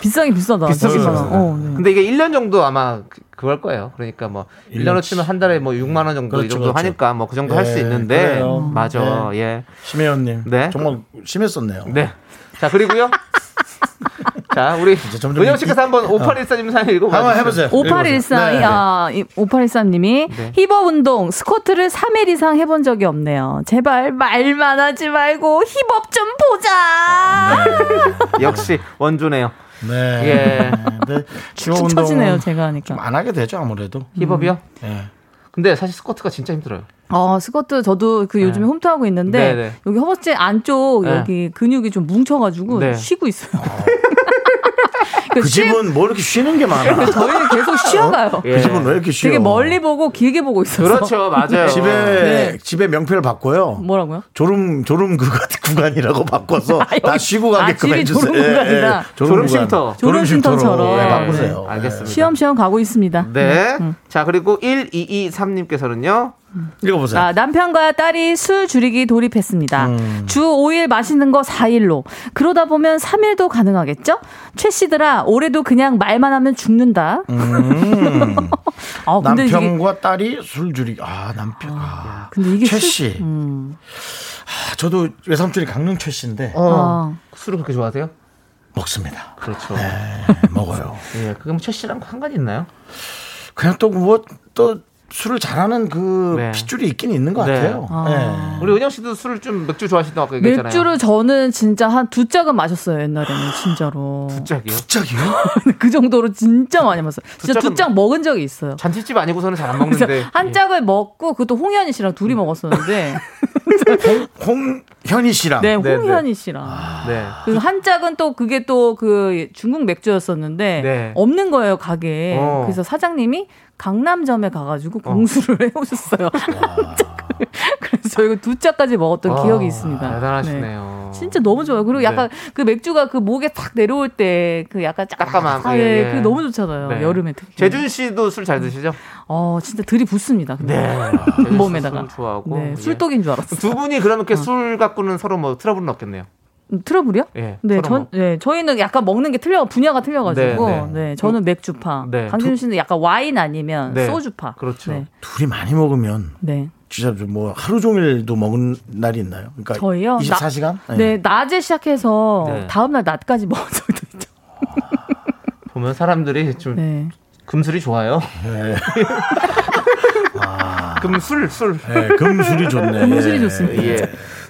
비싸긴 비싸다.
비싸긴
70만 원.
비싸다.
어, 네.
근데 이게 1년 정도 아마 그- 그걸 거예요. 그러니까 뭐 1년으로 치면 한 달에 뭐 6만 원 정도 이
그렇죠,
정도
그렇죠.
하니까 뭐 그 정도
예,
할 수 있는데
그래요. 네.
맞아. 예.
심혜원님,
네.
정말 심했었네요.
네. 자, 그리고요. 자, 우리
점점
은영
이- 어.
씨께서 한번 5814님 사연 읽어 봐
한번 해보세요.
5813,
네.
아, 5813님이
네.
힙업 운동, 스쿼트를 3일 이상 해본 적이 없네요. 제발 말만 하지 말고 힙업 좀
네.
보자!
역시 원조네요.
네.
예.
네. 기호
좀
운동은
처지네요, 아, 제가
좀
하니까.
안 하게 되죠 아무래도.
힙업이요?
음.
예.
근데 사실 스쿼트가 진짜 힘들어요.
어, 스쿼트 저도 그 요즘에 홈트하고 있는데,
네, 네.
여기 허벅지 안쪽
네.
여기 근육이 좀 뭉쳐가지고
네.
쉬고 있어요. 그러니까
그
쉬-
집은 뭐 이렇게 쉬는 게 많아.
저희는 계속 쉬어가요.
예.
그 집은 왜 이렇게 쉬어?
되게 멀리 보고 길게 보고 있어서.
그렇죠, 맞아요.
집에
네.
집에 명패를 바꿔요.
뭐라고요?
졸음 졸음 그 구간이라고 바꿔서
아, 여기-
다 쉬고 가게끔
아, 집이
해주세요. 예,
졸음 구간이다.
졸음 쉼터. 아,
졸음
쉼터로
어,
쉼터처럼.
예,
네.
바꾸세요.
알겠습니다.
시험시험 가고 있습니다.
네. 자, 그리고 1223님께서는요.
예. 읽어보세요.
아, 남편과 딸이 술 줄이기 돌입했습니다.
음.
주 5일 마시는 거 4일로. 그러다 보면 3일도 가능하겠죠? 최 씨들아, 올해도 그냥 말만 하면 죽는다. 아, 근데 이게,
음. 남편과 딸이 술 줄이 아 남편 아,
근데 이게
최
술- 음.
씨. 아, 저도 외삼촌이 강릉 최 씨인데
아,
어. 술을 그렇게 좋아하세요?
먹습니다.
그렇죠. 뭐
네, 먹어요.
예, 그게 뭐최 씨랑 상관이 있나요?
그냥 또 뭐 또 술을 잘하는 그
네.
핏줄이 있긴 있는 것 같아요. 네.
우리 은영 씨도 술을 좀 맥주 좋아하신다고 아까 얘기했잖아요.
맥주를 저는 진짜 한 두 짝은 마셨어요 옛날에는 진짜로. 아. 두
짝이요? 두
짝이요?
그 정도로 진짜 많이 마셨어요. 예. 진짜 두 짝 먹은 적이 있어요.
잔치집 아니고서는 잘 안 먹는데. 예.
한 짝을 먹고 그것도 홍현희 씨랑 둘이 먹었었는데.
홍, 현희 씨랑.
네, 아. 홍현희 씨랑.
네.
그래서 한 짝은 또 그게 또 그 중국 맥주였었는데
네.
없는 거예요 가게에.
어.
그래서 사장님이 강남점에 가가지고 공수를 해오셨어요. 한 짝을. 그래서 이거 두 짝까지 먹었던
아,
그 기억이 있습니다.
대단하시네요.
네. 진짜 너무 좋아요. 그리고 약간 그 맥주가 그 목에 탁 내려올 때 그 약간
깜깜함.
아,
예, 예.
그 너무 좋잖아요.
네.
여름에 특히.
재준 씨도 술 잘 드시죠?
어, 진짜 들이 붓습니다. 근데. 몸에다가.
술 네. 좋아하고. 예.
네, 음. 술독인 줄 알았어.
두 분이 그러면 이렇게 술 갖고는 서로 뭐 트러블은 없겠네요.
음, 트러블이요?
예.
네,
서로
전, 네, 저희는 약간 먹는 게 틀려, 분야가 틀려가지고,
네,
네,
네.
저는 맥주파,
네.
강진우 씨는 약간 와인 아니면
네.
소주파. 그렇죠. 네.
둘이 많이 먹으면
네.
진짜 좀뭐 하루 종일도 먹은 날이 있나요? 그러니까
저희요.
24시간?
나, 네. 낮에 시작해서
네.
다음날 낮까지 먹은 적도
보면 사람들이 좀
네.
금술이 좋아요.
네.
금술 술.
아. 네, 금술이 좋네. 금술이 예, 좋습니다.
예.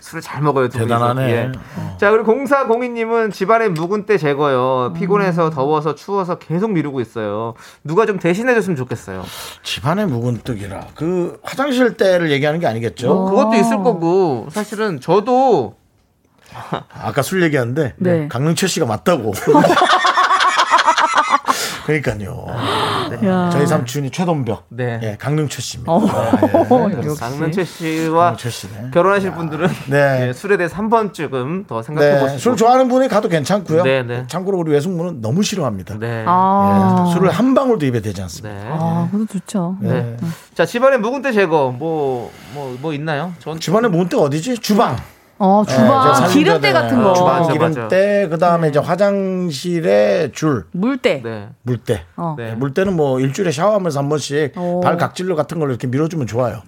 술을 잘 먹어요. 두 분이서.
대단하네. 어.
예. 자, 그리고 공사 공인님은 집안에 묵은 때 제거요.
음.
피곤해서 더워서 추워서 계속 미루고 있어요. 누가 좀 대신해줬으면 좋겠어요.
집안의 묵은뜨기라. 그 화장실 때를 얘기하는 게 아니겠죠?
어.
뭐 그것도 있을 거고 사실은 저도
아까 술 얘기하는데
네.
강릉철 씨가 맞다고. 그러니까요. 네.
야.
저희 삼촌이 최동벽.
네.
예, 강릉철 씨입니다.
어.
예, 예.
장면철 씨와 결혼하실 분들은 예, 술에 대해서 한 번쯤은 더 생각해
네,
보시고
술 좋아하는 분이 가도 괜찮고요.
네, 네.
참고로 우리 외숙모는 너무 싫어합니다.
아.
예, 술을 한 방울도 입에 대지 않습니다.
아, 그것도 좋죠.
네.
네. 자, 집안에 묵은 때 제거 뭐 뭐 뭐 있나요? 전
집안에 묵은 때 어디지? 주방.
어,
네,
주방,
저
기름때
살림자들.
같은 거.
주방
맞아,
기름때 그다음에 이제 화장실에 줄
물때.
네.
물때.
어.
네, 물때는 뭐 일주일에 샤워하면서 한 번씩 발 각질로 같은 걸로 이렇게 밀어주면 좋아요.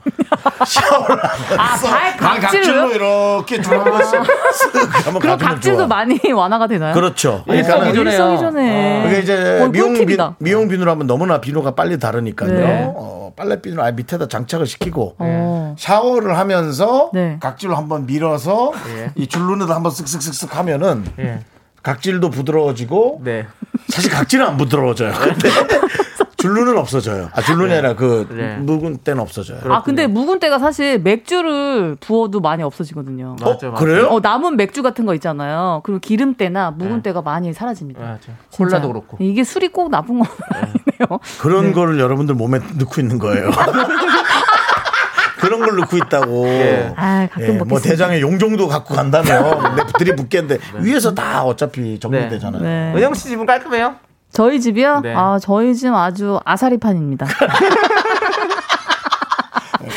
아, 발
발 각질로
각질로요?
이렇게 두 번씩 쓱 한번
그럼
가주면
각질도
좋아.
많이 완화가 되나요? 어,
그렇죠. 아.
일석이조네요. 일석이조네.
그게 이제
어,
미용 비,
꿀팁이다.
미용 비누로 하면 너무나 비누가 빨리 다르니까요.
네.
어, 빨래 비누 아예 밑에다 장착을
어.
시키고 샤워를 하면서 각질로 한번 밀어서
예.
이 줄눈에도 한번 쓱쓱쓱쓱 하면은
예.
각질도 부드러워지고
네.
사실 각질은 안 부드러워져요. 근데 줄눈은 없어져요. 아 줄눈이 아니라 그 묵은 때는 없어져요.
아, 근데 묵은 때가 사실 맥주를 부어도 많이 없어지거든요.
맞아요, 맞아요. 그래요?
어, 남은 맥주 같은 거 있잖아요. 그리고 기름때나 묵은 때가 많이 사라집니다.
네. 콜라도
진짜.
그렇고.
이게 술이 꼭 나쁜 건 아니네요.
그런 거를 여러분들 몸에 넣고 있는 거예요. 그런 걸 넣고 있다고.
아, 가끔
예,
네,
뭐
먹겠습니다.
대장에 용종도 갖고 간다면 내 들이 붓겠는데 위에서 다 어차피 정리되잖아요.
네.
은영 씨 집은 깔끔해요?
저희 집이요?
네.
아, 저희 집 아주 아사리판입니다.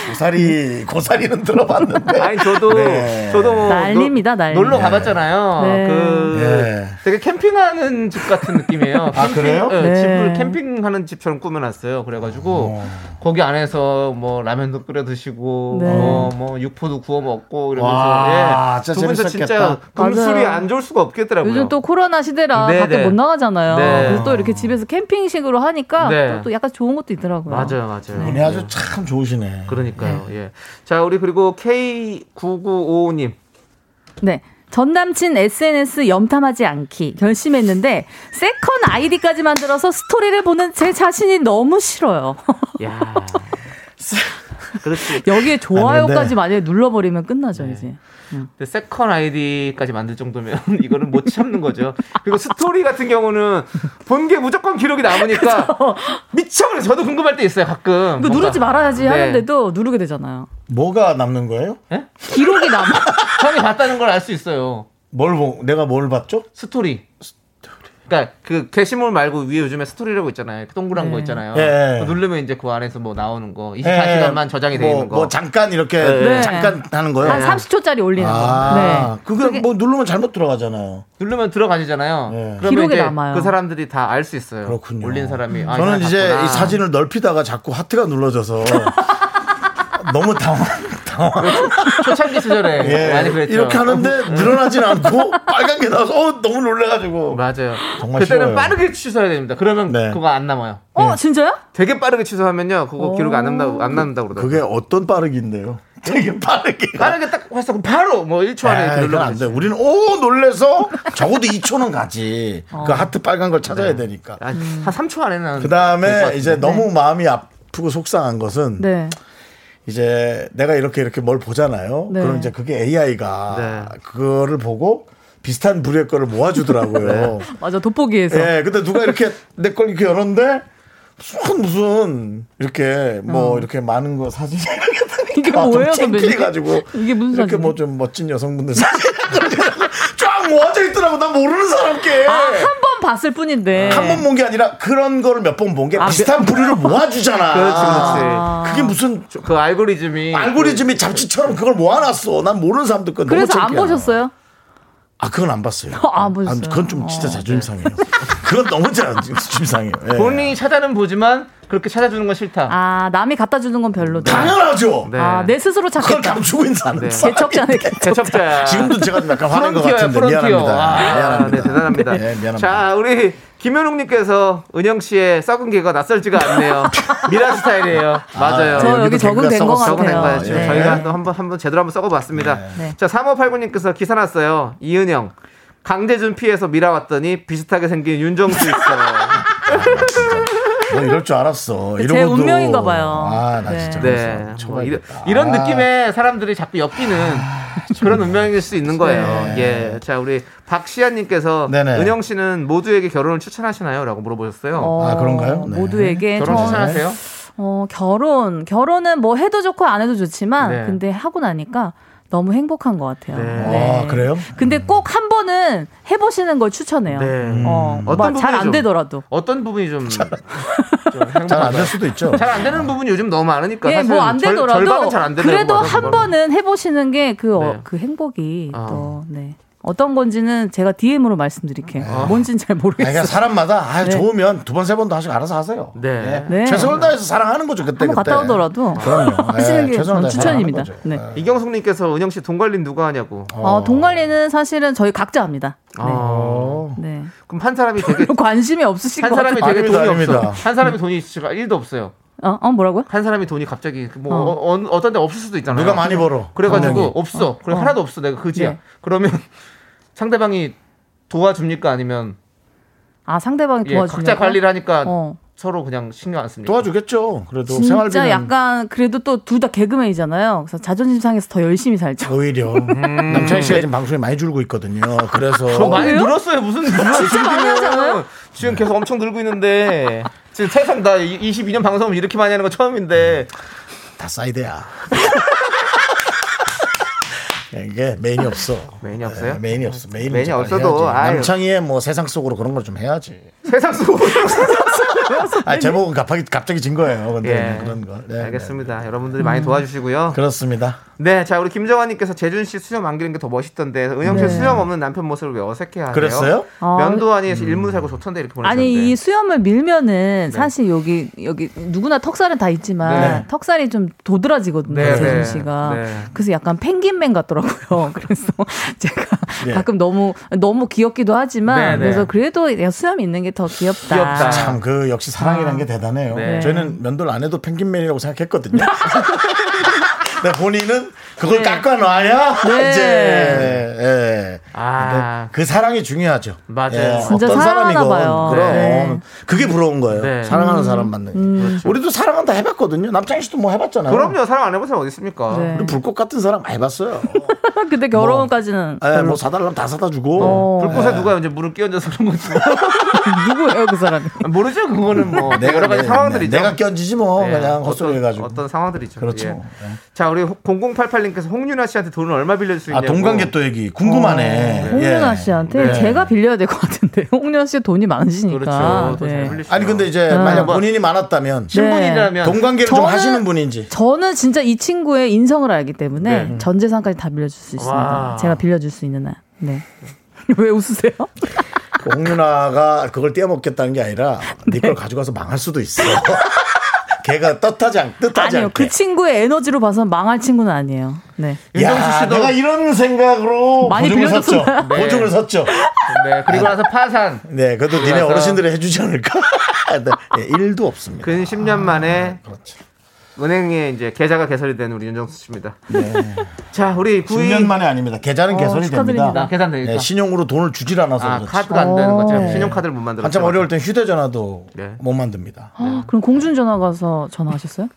고사리 고사리는 들어봤는데.
아니 저도
네.
저도 뭐
난리입니다,
노-
난리.
놀러 가봤잖아요.
네.
그 되게 캠핑하는 집 같은 느낌이에요.
아, 그래요?
네,
네.
집을 캠핑하는 집처럼 꾸며놨어요. 그래가지고 거기 안에서 뭐 라면도 끓여 드시고
네.
뭐, 뭐 육포도 구워 먹고
와,
이러면서 예,
진짜
두 분이서 진짜
재밌었겠다.
금술이
맞아요.
안 좋을 수가 없겠더라고요.
네. 요즘 또 코로나 시대라
네,
밖에
네.
못 나가잖아요.
네.
그래서 또 이렇게 집에서 캠핑식으로 하니까
네.
또, 또 약간 좋은 것도 있더라고요.
맞아요, 맞아요.
분이 네, 아주 참 좋으시네.
그러니까요. 예. 자, 우리 그리고 K9955님.
네. 전 남친 SNS 염탐하지 않기 결심했는데 세컨 아이디까지 만들어서 스토리를 보는 제 자신이 너무 싫어요.
야. 그렇지.
여기에
아니, 근데-
좋아요까지 만약에 눌러버리면 끝나죠
네.
이제.
근데 세컨 아이디까지 만들 정도면 이거는 못 참는 거죠. 그리고 스토리 같은 경우는 본 게 무조건 기록이 남으니까 미쳐버려. 저도 궁금할 때 있어요. 가끔.
이거
뭔가.
그러니까 누르지 말아야지
네.
하는데도 누르게 되잖아요.
뭐가 남는 거예요?
기록이 남아.
처음에 봤다는 걸 알 수 있어요.
뭘 보, 내가 뭘 봤죠?
스토리. 그러니까 그 게시물 말고 위에 요즘에 스토리라고 있잖아요. 그 동그란
네.
거 있잖아요.
예.
그거 누르면 이제 그 안에서 뭐 나오는 거.
예,
24시간만 저장이 되어
뭐,
있는 거.
뭐 잠깐 이렇게
네.
잠깐 하는 거요.
한 30초짜리 올리는 네.
아,
거.
그거 뭐 누르면 잘못 들어가잖아요.
누르면 들어가시잖아요.
네.
그러면
기록에
이제
남아요.
그 사람들이 다 알 수 있어요. 올린 사람이. 아, 이
저는
사람
이제
같구나.
이 사진을 넓히다가 자꾸 하트가 눌러져서 너무 당황,
초창기 시절에
예.
많이 그랬죠. 네.
이렇게 하는데 늘어나진 않고 빨간 게 나와서 어, 너무 놀래가지고.
맞아요.
정말
그때는
싫어요. 네.
빠르게 취소해야 됩니다. 그러면 그거 안 남아요.
어, 진짜요?
되게 빠르게 취소하면요. 그거 기록 안 남는다고 안 남는다고 그러더라고요. 그러니까
그게 어떤 빠르기인데요? 되게 빠르게. 아,
빠르게 딱 했어. 그럼 바로 뭐 1초
에이,
안에
그건
눌러
안 돼. 우리는 오 놀래서 적어도 2초는 가지.
어.
그 하트 빨간 걸 찾아야 되니까.
음.
한 3초 안에는
그
네. 될것
다음에
같은데. 네.
이제 너무 마음이 아프고 속상한 것은
네.
이제 내가 이렇게 이렇게 뭘 보잖아요.
네.
그럼 이제 그게 AI가
네.
그거를 보고 비슷한 부류의 거를
네.
모아주더라고요.
맞아, 돋보기에서.
예, 근데 누가 이렇게 내 걸 이렇게 열었는데 무슨 무슨 이렇게 뭐 이렇게 많은 거 사진
어. 이게 뭐예요, 선배님?
가지고
이게 무슨
이렇게
사진이에요?
뭐 좀 멋진 여성분들 사진 쫙 모아져 있더라고. 난 모르는 사람께.
아, 한 번 봤을
네.
뿐인데.
한 번 본 게 아니라 그런 거를 몇 번 본
아,
게
네.
비슷한 부류를 모아주잖아.
그렇지, 그렇지.
그게 무슨
그 알고리즘이
알고리즘이 잡지처럼 그걸 모아놨어. 난 모르는 사람들 건 너무
그래서 안
창피하다.
보셨어요?
아 그건 안 봤어요. 아,
안 보셨어요? 네.
그건 좀 진짜 자존심 상해요. 그건 너무 자존심 상해요. 예.
그 본인이 찾아는 보지만 그렇게 찾아주는 건 싫다.
아, 남이 갖다 주는 건 별로다.
당연하죠.
아, 내 스스로
그걸
찾겠다.
감추고 있는 사람.
네.
개척자네,
개척자.
지금도 제가 좀 약간 화낸 것
프론티어야,
같은데
프론티어.
미안합니다.
아,
미안합니다.
네, 대단합니다.
예, 미안합니다.
자, 우리 김현웅님께서 은영 씨의 썩은 개가 낯설지가 않네요. 미라 스타일이에요.
네.
맞아요.
저 여기 적응된 것
썩은
같아요.
개가 지금
예.
네.
저희가 또 한번 한번 제대로 한번 썩어봤습니다.
네.
자, 3589님께서 기사 났어요. 이은영. 강재준 피해서 미라 왔더니 비슷하게 생긴 윤정수 있어요.
너 이럴 줄 알았어.
제
이러고도-
운명인가 봐요.
아, 나
네.
진짜.
네.
그래서
뭐 이런,
쳐봐야겠다.
이런
아,
느낌에 사람들이 자꾸 엮이는 그런 운명일 수 있는 거예요. 예. 자, 우리 박시아님께서
네. 네네.
은영 씨는 모두에게 결혼을 추천하시나요? 라고 물어보셨어요.
아, 그런가요? 네.
모두에게
결혼
저-
추천하세요?
어, 결혼. 결혼은 뭐 해도 좋고 안 해도 좋지만,
네.
근데 하고 나니까 너무 행복한 것 같아요.
네.
아, 그래요?
근데 꼭 한 번은 해보시는 걸 추천해요.
네.
어,
어떤 부분이
잘 안
좀-
되더라도.
어떤 부분이 좀.
잘 안 될 수도 있죠.
잘 안 되는 부분이 요즘 너무 많으니까. 그러니까
예,
사실
뭐 안 되더라도
절반은 잘안 되더라고.
그래도 한 번은 해보시는 게 그 어,
네.
그 행복이
아.
또 네. 어떤 건지는 제가 DM으로 말씀드릴게요.
아.
뭔진 잘
아니, 그러니까
모르겠어요.
사람마다 아,
네.
좋으면 두 번, 세 번도 하시고 알아서 하세요.
네.
네.
최선을 다해서 사랑하는 거죠, 그때.
한번
그때.
갔다 오더라도
그럼요.
하시는
예,
게
최선을
저는
다해서 사랑하는
추천입니다.
거죠.
네.
이경숙님께서 은영 씨 돈 관리는 누가 하냐고.
어, 동관리는 사실은 저희 각자 합니다. 네.
아.
네.
그럼 한 사람이 되게.
관심이 없으신
한
것 같아요.
사람이
어,
되게
아닙니다,
돈이 없어.
아닙니다.
한 사람이 돈이 지금 1도 없어요.
어, 어, 뭐라고요?
한 사람이 돈이 갑자기 뭐 어.
어.
어, 떤데 없을 수도 있잖아요.
누가 많이 벌어?
그래가지고
분명히.
없어. 예. 그래 하나도 없어. 내가 그지야.
네.
그러면 상대방이 도와줍니까 아니면
아, 상대방이
예,
도와주는
각자 관리를 하니까
어.
서로 그냥 신경 안 씁니까?
도와주겠죠. 그래도
진짜
생활비는
약간 그래도 또 둘 다 개그맨이잖아요. 그래서 자존심 상해서 더 열심히 살죠.
오히려 음. 남창희 씨가 지금 방송에 많이 줄고 있거든요. 그래서
저 많이 늘었어요. 무슨 진짜
많이 하잖아요?
지금 계속 엄청 늘고 있는데 지금 세상 나 22년 방송 이렇게 많이 하는 거 처음인데
다 사이드야. 이게 메인이 없어.
메인이 없어요?
네, 메인이 없어. 메인은
메인이
이제 빨리
없어도,
해야지.
아유.
남창희의 뭐 세상 속으로 그런 걸 좀 해야지.
세상 속으로
아 제목은 갑자기 갑자기 진 거예요. 근데
예.
그런 걸. 네, 네,
알겠습니다. 여러분들이 많이 도와주시고요.
네. 그렇습니다.
네, 자 우리 김정환님께서 재준 씨 수염 안 기른 게 더 멋있던데 은영 씨 수염 없는 남편 모습을 왜 어색해하세요? 음.
그랬어요?
아,
면도안이 일문 살고 좋던데 이렇게 보내셨는데.
아니 이 수염을 밀면은 사실 여기 여기 누구나 턱살은 다 있지만
네.
턱살이 좀 도드라지거든요
네, 네.
재준 씨가
네.
그래서 약간 펭귄맨 같더라고요 그래서 제가
예.
가끔 너무 너무 귀엽기도
네,
하지만
네.
그래서 그래도 그냥 수염 있는 게 더 귀엽다.
귀엽다.
참 그 역시 사랑이라는 게 대단해요.
아. 네.
저희는 면도를 안 해도 펭귄맨이라고 생각했거든요. 근데 본인은 그걸 깎아놔야
네.
이제 예.
아.
근데 그 사랑이 중요하죠. 예.
맞아요.
진짜
어떤
사랑하나
사람이건
봐요.
그럼
네. 음.
그게 부러운 거예요.
네. 그렇죠.
사랑하는 사람 만나는. 게. 우리도 사랑은 다 해봤거든요. 남창희 씨도 뭐 해봤잖아요.
그럼요. 사랑 안 해본 사람 어디 있습니까?
네.
우리 불꽃 같은 사람 많이 해봤어요.
근데 결혼까지는
예,
별로.
뭐 사달라면 다 사다 주고.
어.
네.
불꽃에 누가 이제 물을 끼얹어서 그런 거지.
누구예요 그 사람이?
모르죠. 그거는 뭐
내가
여러 가지
내-
상황들이죠.
네. 내가 껴지지 뭐
네,
그냥 헛소리
어떤-
해가지고.
어떤 상황들이죠.
그렇죠.
예.
네.
자, 우리 0088님께서 홍윤아 씨한테 돈을 얼마 빌려줄 수
아
있냐고.
동관계또 얘기 궁금하네.
어. 홍윤아
예.
씨한테 제가 빌려야 될 것 같은데 홍윤아 씨 돈이 많으시니까.
네. 그렇죠. 돈잘
네.
빌리시죠.
아니 근데 이제 만약 본인이 많았다면
신분이라면
동관계를 좀
저는-
하시는 분인지.
저는 진짜 이 친구의 인성을 알기 때문에 전 재산까지 다 빌려줄 수 있습니다.
네. 와.
제가 빌려줄 수 있는 한. 네. 왜 웃으세요? 네.
홍윤아가 그걸 떼어먹겠다는 게 아니라 네 걸 가져가서 망할 수도 있어. 걔가 떳하지 않, 뜻하지
아니요,
네.
그
않게.
친구의 에너지로 봐서 망할 친구는 아니에요. 네.
야, 내가 이런 생각으로
많이
보증을 섰죠.
빌려줬구나. 네.
보증을 섰죠.
네, 그리고
아.
나서 파산.
네, 그래도 니네
그래서-
어르신들이 해주지 않을까? 네, 예, 일도 없습니다. 그렇죠.
근 10년
네.
만에 은행에 이제 계좌가 개설이 된 우리 윤정수 씨입니다. 자, 우리 부인
10년 네. 만에 그 아닙니다. 계좌는
어,
개설이
축하드립니다.
됩니다.
계산 되니까.
네, 신용으로 돈을 주질 않아서
아,
그렇지.
카드가 안 되는
어,
거죠.
네.
신용카드를 못 만들었죠.
한참 어려울 땐 휴대전화도 못 만듭니다.
네.
아, 그럼 공중전화 가서 전화하셨어요?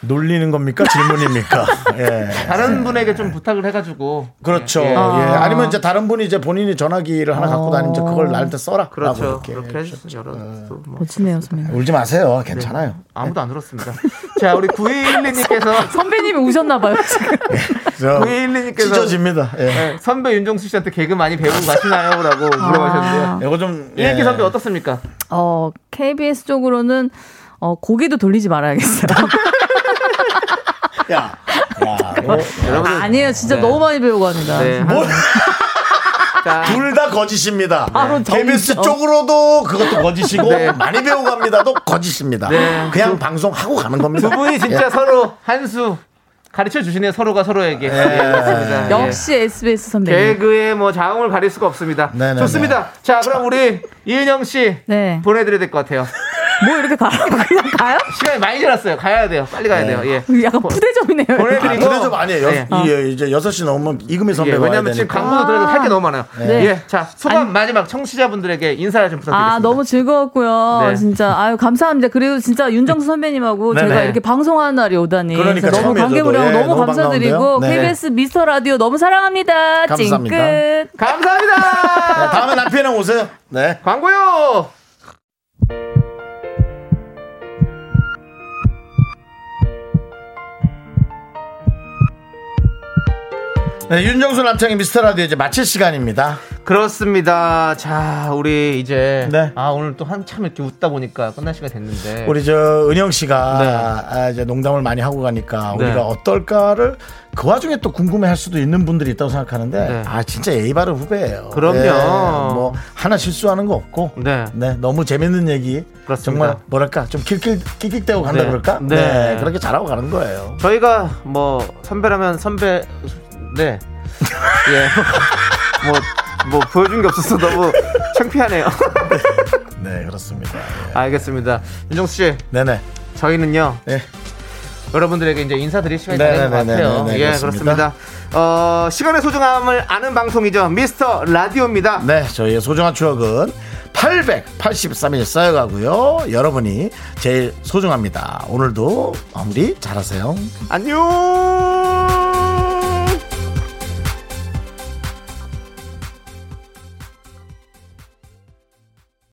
놀리는 겁니까? 질문입니까? 예.
다른 분에게 좀 부탁을 해가지고
그렇죠.
예.
예.
아.
아니면 이제 다른 분이 이제 본인이 전화기를 하나 갖고 다니면 이제 그걸 나한테 써라.
그렇죠.
라고 예.
그렇게 해주세요. 여러 또 뭐.
멋지네요, 선배님.
울지 마세요. 괜찮아요.
아무도 안 울었습니다. 자, 우리 9212님께서
선배님이 우셨나봐요, 지금.
저
9212님께서 네.
찢어집니다. 예.
선배 윤정수 씨한테 개그 많이 배우고 가시나요? 라고 물어보셨는데요.
이거 좀 예.
이현기 선배 어떻습니까?
어, KBS 쪽으로는 어, 고개도 돌리지 말아야겠어요.
야. 야.
어? 여러분
아니에요, 진짜
네.
너무 많이 배우고 합니다.
네.
뭘?
자,
둘 다 거짓입니다.
아,
바로 정-
KBS
어.
쪽으로도 그것도 거짓이고
네.
많이 배우고 갑니다도 거짓입니다.
네.
그냥 방송 하고 가는 겁니다. 예. 아,
두 분이 진짜 서로 한 수 가르쳐 주시네요. 서로가 서로에게. 예, 그렇습니다. 예.
역시 SBS 선배님.
개그에 뭐 자웅을 가릴 수가 없습니다.
네네네.
좋습니다. 자, 그럼 우리 이은영 씨
네.
보내드려야 될 것 같아요.
뭐 이렇게 가라고 그냥 가요?
시간이 많이 지났어요. 가야 돼요. 빨리 가야 돼요. 예.
약간
뭐.
부대접이네요.
보내드리고.
아, 근데 좀 아니에요. 여-
예.
이- 이제 6시 넘으면 이금희
예,
선배 와야 되니까.
왜냐면 지금 광고도 들어도 할게 너무 많아요.
네.
예, 자 소감 마지막 청취자분들에게 인사를 좀 부탁드리겠습니다.
아, 너무 즐거웠고요.
네.
진짜 아유 감사합니다. 그리고 진짜 윤정수 선배님하고
네네.
제가 이렇게 방송하는 날이 오다니
그러니까
진짜 너무
처음이에요, 저도.
관계무량
예,
너무
너무
감사드리고
반가운데요. 네.
KBS 미스터 라디오 너무 사랑합니다.
감사합니다.
찡끝.
네,
감사합니다.
다음에 남편이랑 오세요. 네.
광고요.
네, 윤정수 남창의 미스터 라디오 이제 마칠 시간입니다.
그렇습니다. 자 우리 이제
네.
아 오늘 또 한참 이렇게 웃다 보니까 끝날 시간 됐는데
우리 저 은영 씨가
네.
아, 이제 농담을 많이 하고 가니까
네.
우리가 어떨까를 그 와중에 또 궁금해할 수도 있는 분들이 있다고 생각하는데
네.
아 진짜 예의 바른 후배예요.
그럼요.
예, 뭐 하나 실수하는 거 없고
네.
네, 너무 재밌는 얘기.
그렇습니다.
정말 뭐랄까 좀 킬킬 끽끽대고 간다
네.
그럴까?
네.
네. 그렇게 잘하고 가는 거예요.
저희가 뭐 선배라면 선배 네 예. 뭐, 뭐 보여준 게 없어서 너무 창피하네요.
네 그렇습니다. 예.
알겠습니다. 윤정수 씨,
네네.
저희는요
예. 여러분들에게
여러분들에게 이제 인사드릴 시간이
네,
되는 것
네, 네,
같아요.
네, 네,
예, 그렇습니다.
그렇습니다.
어, 시간의 소중함을 아는 방송이죠. 미스터 라디오입니다.
네, 저희의 소중한 추억은 883일 쌓여가고요. 여러분이 제일 소중합니다. 오늘도 마무리 잘하세요.
안녕!